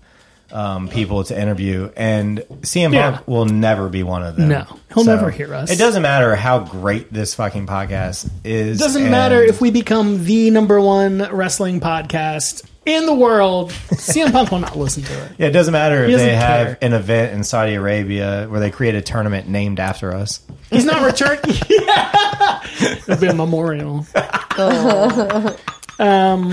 um, people to interview. And CM
Yeah.
Punk will never be one of them.
No, he'll never hear us.
It doesn't matter how great this fucking podcast is.
Doesn't
and-
matter if we become the number one wrestling podcast in the world. CM Punk will not listen to it.
Yeah, it doesn't matter if
doesn't
they have
care.
an event in Saudi Arabia where they create a tournament named after us.
He's not returning. It'll be a memorial. Um,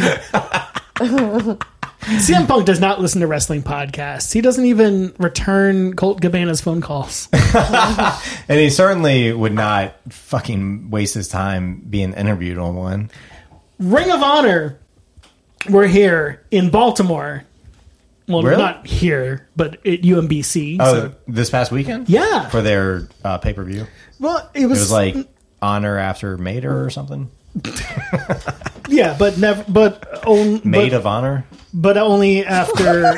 CM Punk does not listen to wrestling podcasts. He doesn't even return Colt Cabana's phone calls.
And he certainly would not fucking waste his time being interviewed on one.
Ring of Honor, we're here in Baltimore. Well,
Really?
not here, but at UMBC.
Oh,
so-
this past weekend?
yeah.
For their uh, pay per view.
well, it was,
It was like honor after Mater or something.
yeah, but never, but on,
Maid
but,
of honor.
but only after,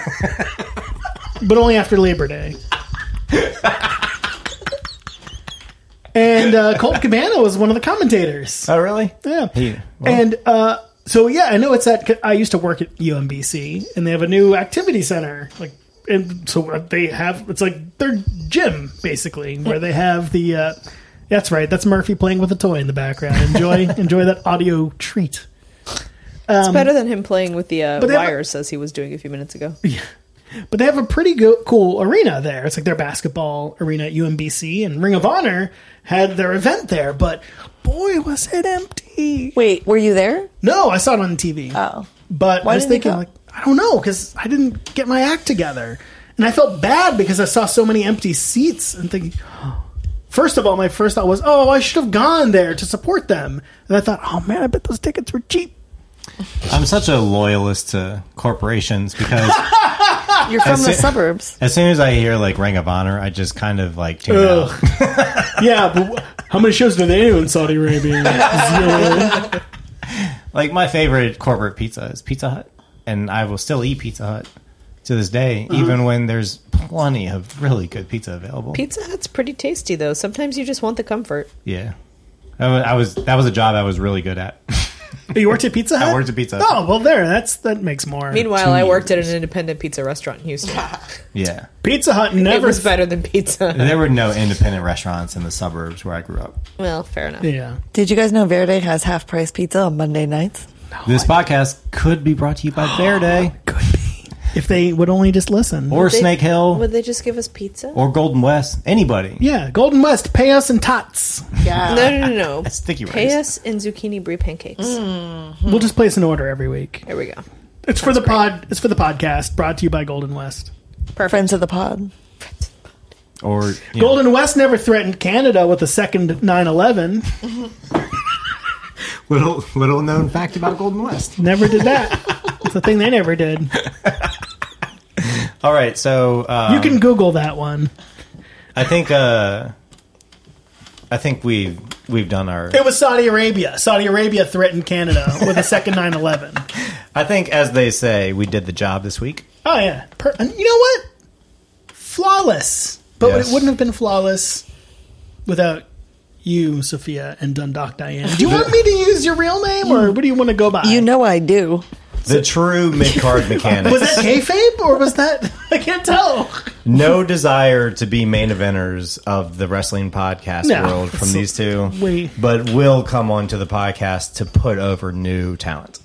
but only after Labor Day. and uh, Colt Cabana was one of the commentators.
Oh, really?
Yeah.
He,
And uh, so yeah, I know it's at. I used to work at UMBC, and they have a new activity center. Like, and so what they have it's like their gym basically, where they have the. Uh, that's right. That's Murphy playing with a toy in the background. Enjoy, enjoy that audio treat.
Um,
it's better than him playing with the uh,
they have a-
wires as he was doing a few minutes ago.
But they have a pretty go- cool arena there. It's like their basketball arena at UMBC, and Ring of Honor had their event there. But boy, was it empty.
Wait, were you there?
No, I saw it on TV.
Oh.
But I was
didn't you
thinking,
go?
like, I don't know, because I didn't get my act together. And I felt bad because I saw so many empty seats and thinking, first of all, my first thought was, oh, I should have gone there to support them. And I thought, oh man, I bet those tickets were cheap.
I'm such a loyalist to corporations because
You're from the
it.
suburbs.
as soon as I hear like Ring of Honor, I just kind of like tune
Ugh.
out.
yeah, but wh- how many shows do they do in Saudi Arabia? Zero.
Like my favorite corporate pizza is Pizza Hut, and I will still eat Pizza Hut to this day,
Uh-huh.
even when there's plenty of really good pizza available.
Pizza Hut's pretty tasty though. Sometimes you just want the comfort.
yeah, I wa- I was that was a job I was really good at.
You worked at Pizza Hut?
I worked at Pizza Hut.
Oh, well, there. That's That makes more.
Meanwhile, I worked at an independent pizza restaurant in Houston.
Yeah,
Pizza Hut
it
never.
was better than pizza.
there were no independent restaurants in the suburbs where I grew up.
Well, fair enough.
yeah.
Did you guys know Verde has half price pizza on Monday nights?
This podcast could be brought to you by Bear Day
Could be. If they would only just listen.
or Snake Hill
Would they just give us pizza?
or Golden West. Anybody.
Yeah, Golden West, pay us in tots.
No, no, no, no.
Sticky rice.
Pay us in zucchini brie pancakes.
Mm.
Hmm.
We'll just place an order every week.
There we go.
It's for the pod. It's for the podcast. Brought to you by Golden West.
Friends of the pod.
Or you know,
Golden West never threatened Canada with a second 9/11.
little little known fact about Golden West.
Never did that. it's a thing they never did.
All right, so uh,
You can Google that one.
I think uh, I think we've we've done our.
It was Saudi Arabia. Saudi Arabia threatened Canada with a second 9/11.
I think, as they say, we did the job this week.
Oh yeah. Per- and you know what? Flawless. But
Yes.
it wouldn't have been flawless without you, Sophia, and Dundalk Diane. Do you want me to use your real name, or what do you want to go by?
You know I do.
The true mid card
Was
mechanics.
that kayfabe or was that? I can't tell.
No desire to be main eventers of the wrestling podcast
No.
world from these two,
Wait.
but will come onto the podcast to put over new talent.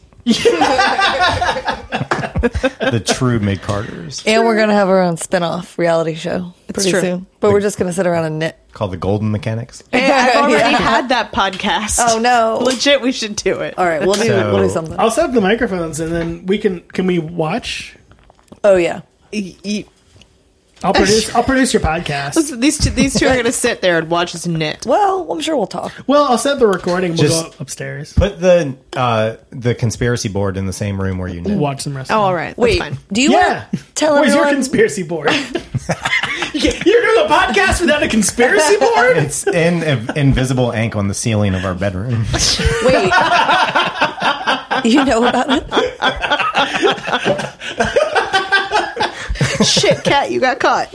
the true mid carders
And we're going to have our own spin off reality show pretty
true.
soon. But we're just going to sit around and knit.
called the Golden Mechanics.
Hey, I've already had that podcast.
Oh, no.
Legit, we should do it.
All right, we'll do,
So-
we'll do something.
I'll set up the microphones and then we can. Can we watch?
Oh, yeah.
E- e-
I'll produce. I'll produce your podcast.
These two, these two are going to sit there and watch us knit.
Well, I'm sure we'll talk.
Well, I'll set the recording. We'll
Just-
go upstairs.
Put the uh, the conspiracy board in the same room where you knit.
Watch some wrestling.
Oh, all right. That's
Wait,
fine.
do you
Yeah.
want to tell
Where's your
everyone?
conspiracy board? You can't- You're doing a podcast without a conspiracy board?
It's an in, invisible ink on the ceiling of our bedroom.
Wait, you know about it?
Shit, cat, you got caught.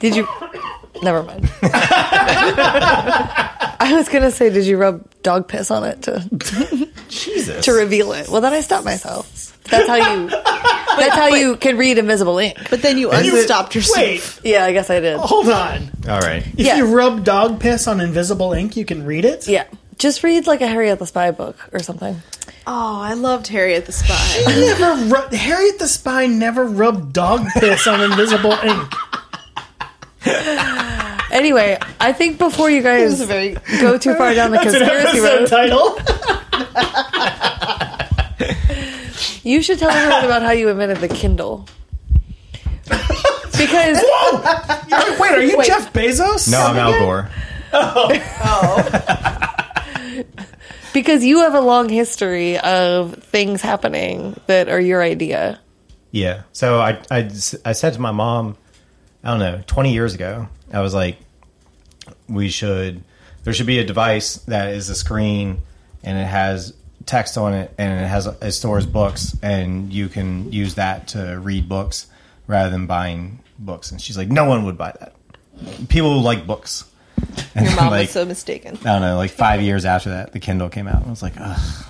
Did you? Never mind. I was gonna say, did you rub dog piss on it to
Jesus.
to reveal it? Well, then I stopped myself. That's how you. That's how you can read invisible ink.
But then you
Is it-
unstopped yourself.
Wait,
Yeah, I guess I did.
hold on.
All right.
If
Yeah.
you rub dog piss on invisible ink, you can read it.
Yeah, just read like a Harriet the Spy book or something.
Oh, I loved Harriet the Spy.
Never ru- Harriet the Spy never rubbed dog piss on invisible ink.
Anyway, I think before you guys go too far down the conspiracy road,
title.
you should tell everyone about how you invented the Kindle. Because
Wait, are you Jeff Bezos?
No, I'm Al Gore.
because you have a long history of things happening that are your idea.
Yeah. So I, I, s- I said to my mom, I don't know, 20 years ago, I was like, we should, there should be a device that is a screen and it has text on it and it has, it stores books and you can use that to read books rather than buying books. And she's like, no one would buy that. People like books. And
Your
I'm
mom
like,
was so mistaken.
I don't know, like five years after that, the Kindle came out. And I was like, ugh,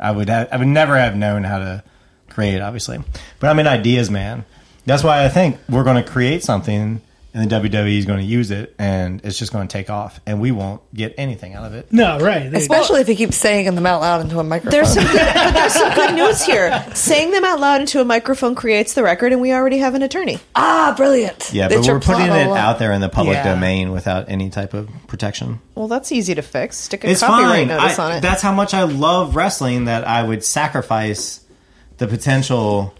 I would, ha- I would never have known how to create, obviously. But I'm an ideas man. That's why I think we're going to create something, and the WWE is going to use it, and it's just going to take off, and we won't get anything out of it.
No, right. there you go.
Especially if you keep saying them out loud into a microphone.
There's some good, but there's some good news here. Saying them out loud into a microphone creates the record, and we already have an attorney.
ah, brilliant.
Yeah,
It's
but
your
we're putting
plot
it
all
out there in the public
Yeah.
domain without any type of protection.
Well, that's easy to fix. Stick a
It's
copyright
fine.
notice
I-
on it.
That's how much I love wrestling that I would sacrifice the potential.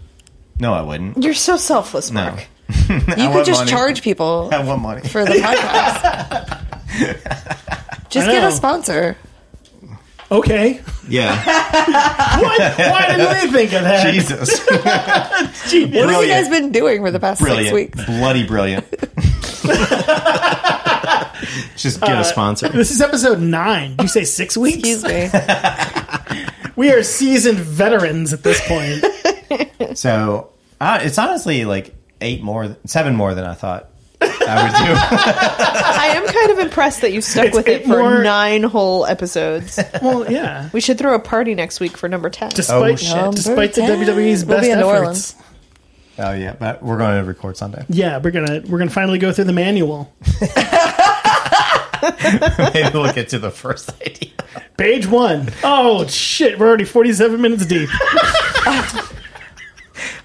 No, I wouldn't.
You're so selfless,
No.
Mark.
You
want
could just
money.
charge people
I want money.
for the podcast. just
I
get
know.
a sponsor.
Okay.
Yeah.
What? Why didn't they think of that?
Jesus.
What have you
Brilliant.
guys been doing for the past six
brilliant,
weeks?
bloody brilliant. Just get a sponsor.
This is episode nine. You say six weeks?
Excuse me.
We are seasoned veterans at this point.
So uh, it's honestly like eight more, seven more than I thought I would do.
I am kind of impressed that you stuck
It's
with it
eight
for
more-
nine whole episodes.
well, yeah.
We should throw a party next week for number 10.
Despite,
shit.
despite the
Number
WWE's
10. We'll
best
be in New
efforts.
Orleans.
oh yeah, but we're going to record Sunday.
Yeah, we're gonna we're gonna finally go through the manual.
Maybe we'll get to the first idea.
Page one. Oh shit, we're already forty seven minutes deep.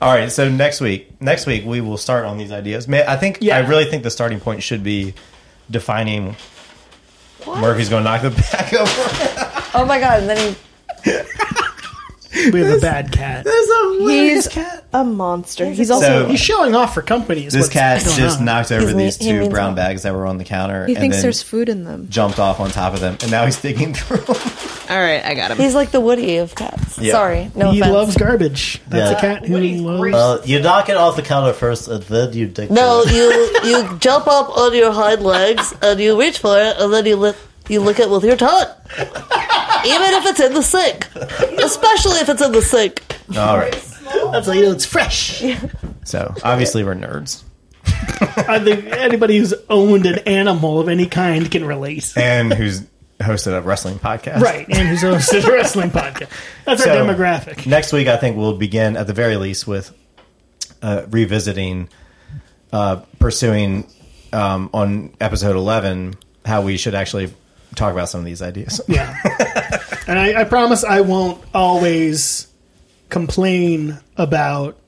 All right, so next week, next week we will start on these ideas. Man, I think
Yeah.
I really think the starting point should be defining. Murphy's going to knock the back over.
Oh my god! And then
We have a bad cat.
He's a monster. He's also.
So
He's showing off for company. Is
this
what's
cat
going
just
on.
knocked over
He's me-
these
he
two
means
brown
well.
bags that were on the counter.
he thinks
then-
there's food in them.
jumped off on top of them, and now he's digging through. them.
All right, I got
he,
him.
he's like the Woody of cats.
Yeah.
Sorry, no
He
offense.
loves garbage. That's
Yeah.
a cat who loves.
Well, you knock it off the counter first, and then you dig.
no,
through it.
you you jump up on your hind legs and you reach for it, and then you look you lick it with your tongue, even if it's in the sink, especially if it's in the sink.
All right.
That's how you know it's fresh.
So obviously we're nerds,
I think anybody who's owned an animal of any kind can relate.
and who's hosted a wrestling podcast.
Right, and who's hosted a wrestling podcast. That's our
So-
demographic.
Next week, I think we'll begin at the very least with uh, revisiting, uh, pursuing um, on episode eleven how we should actually talk about some of these ideas.
Yeah. and I, I promise I won't always complain about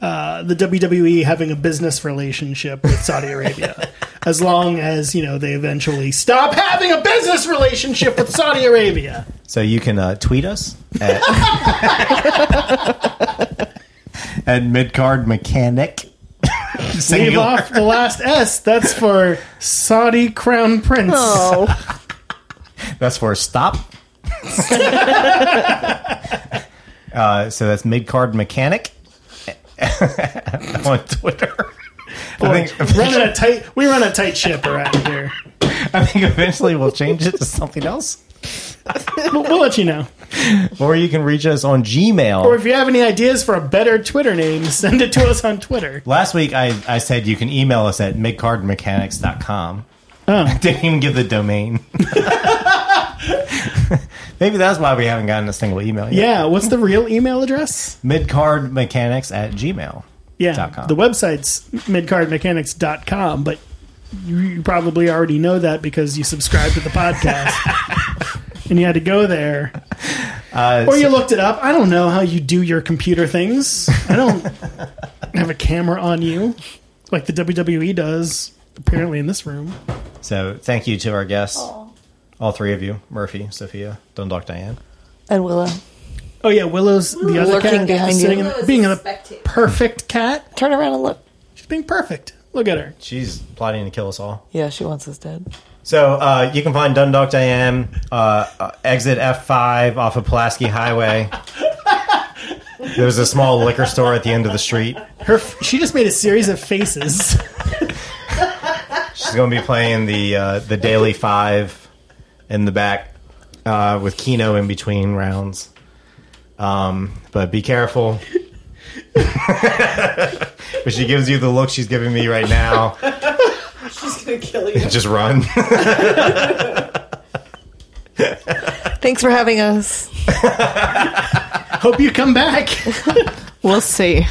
uh, the WWE having a business relationship with Saudi Arabia, as long as you know they eventually stop having a business relationship with Saudi Arabia.
So you can uh, tweet us at and mid card mechanic.
Leave
Singular.
off the last S. That's for Saudi Crown Prince.
Oh,
That's for stop. uh, so that's mid card mechanic on Twitter. I think,
Running a tight, we run a tight ship around here.
I think eventually we'll change it to something else.
We'll, we'll let you know.
Or you can reach us on Gmail.
Or if you have any ideas for a better Twitter name, send it to us on Twitter.
Last week I, I said you can email us at midcardmechanics.com. I didn't even give the domain. Maybe that's why we haven't gotten a single email yet.
Yeah, what's the real email address?
Midcardmechanics at gmail.
Yeah,
Dot com.
the website's midcardmechanics.com, but you, you probably already know that because you subscribe to the podcast and you had to go there.
Uh,
Or you looked it up. I don't know how you do your computer things. I don't have a camera on you like the WWE does, apparently, in this room.
So thank you to our guests, all three of you, Murphy, Sophia, Dundalk, Diane.
And Willow.
Oh, yeah, Willow's the other
Lurking
cat.
behind you.
sitting in
Willow
the, being a perfect cat.
Turn around and look.
She's being perfect. Look at her.
She's plotting to kill us all.
Yeah, she wants us dead.
So uh, you can find Dundalk, Diane, uh, uh, exit F5 off of Pulaski Highway. There's a small liquor store at the end of the street.
Her, she just made a series of faces.
She's going to be playing the uh, the Daily Five in the back uh, with Kino in between rounds. Um, but be careful. but she gives you the look she's giving me right now.
she's gonna kill you.
Just run.
Thanks for having us.
Hope you come back.
We'll see.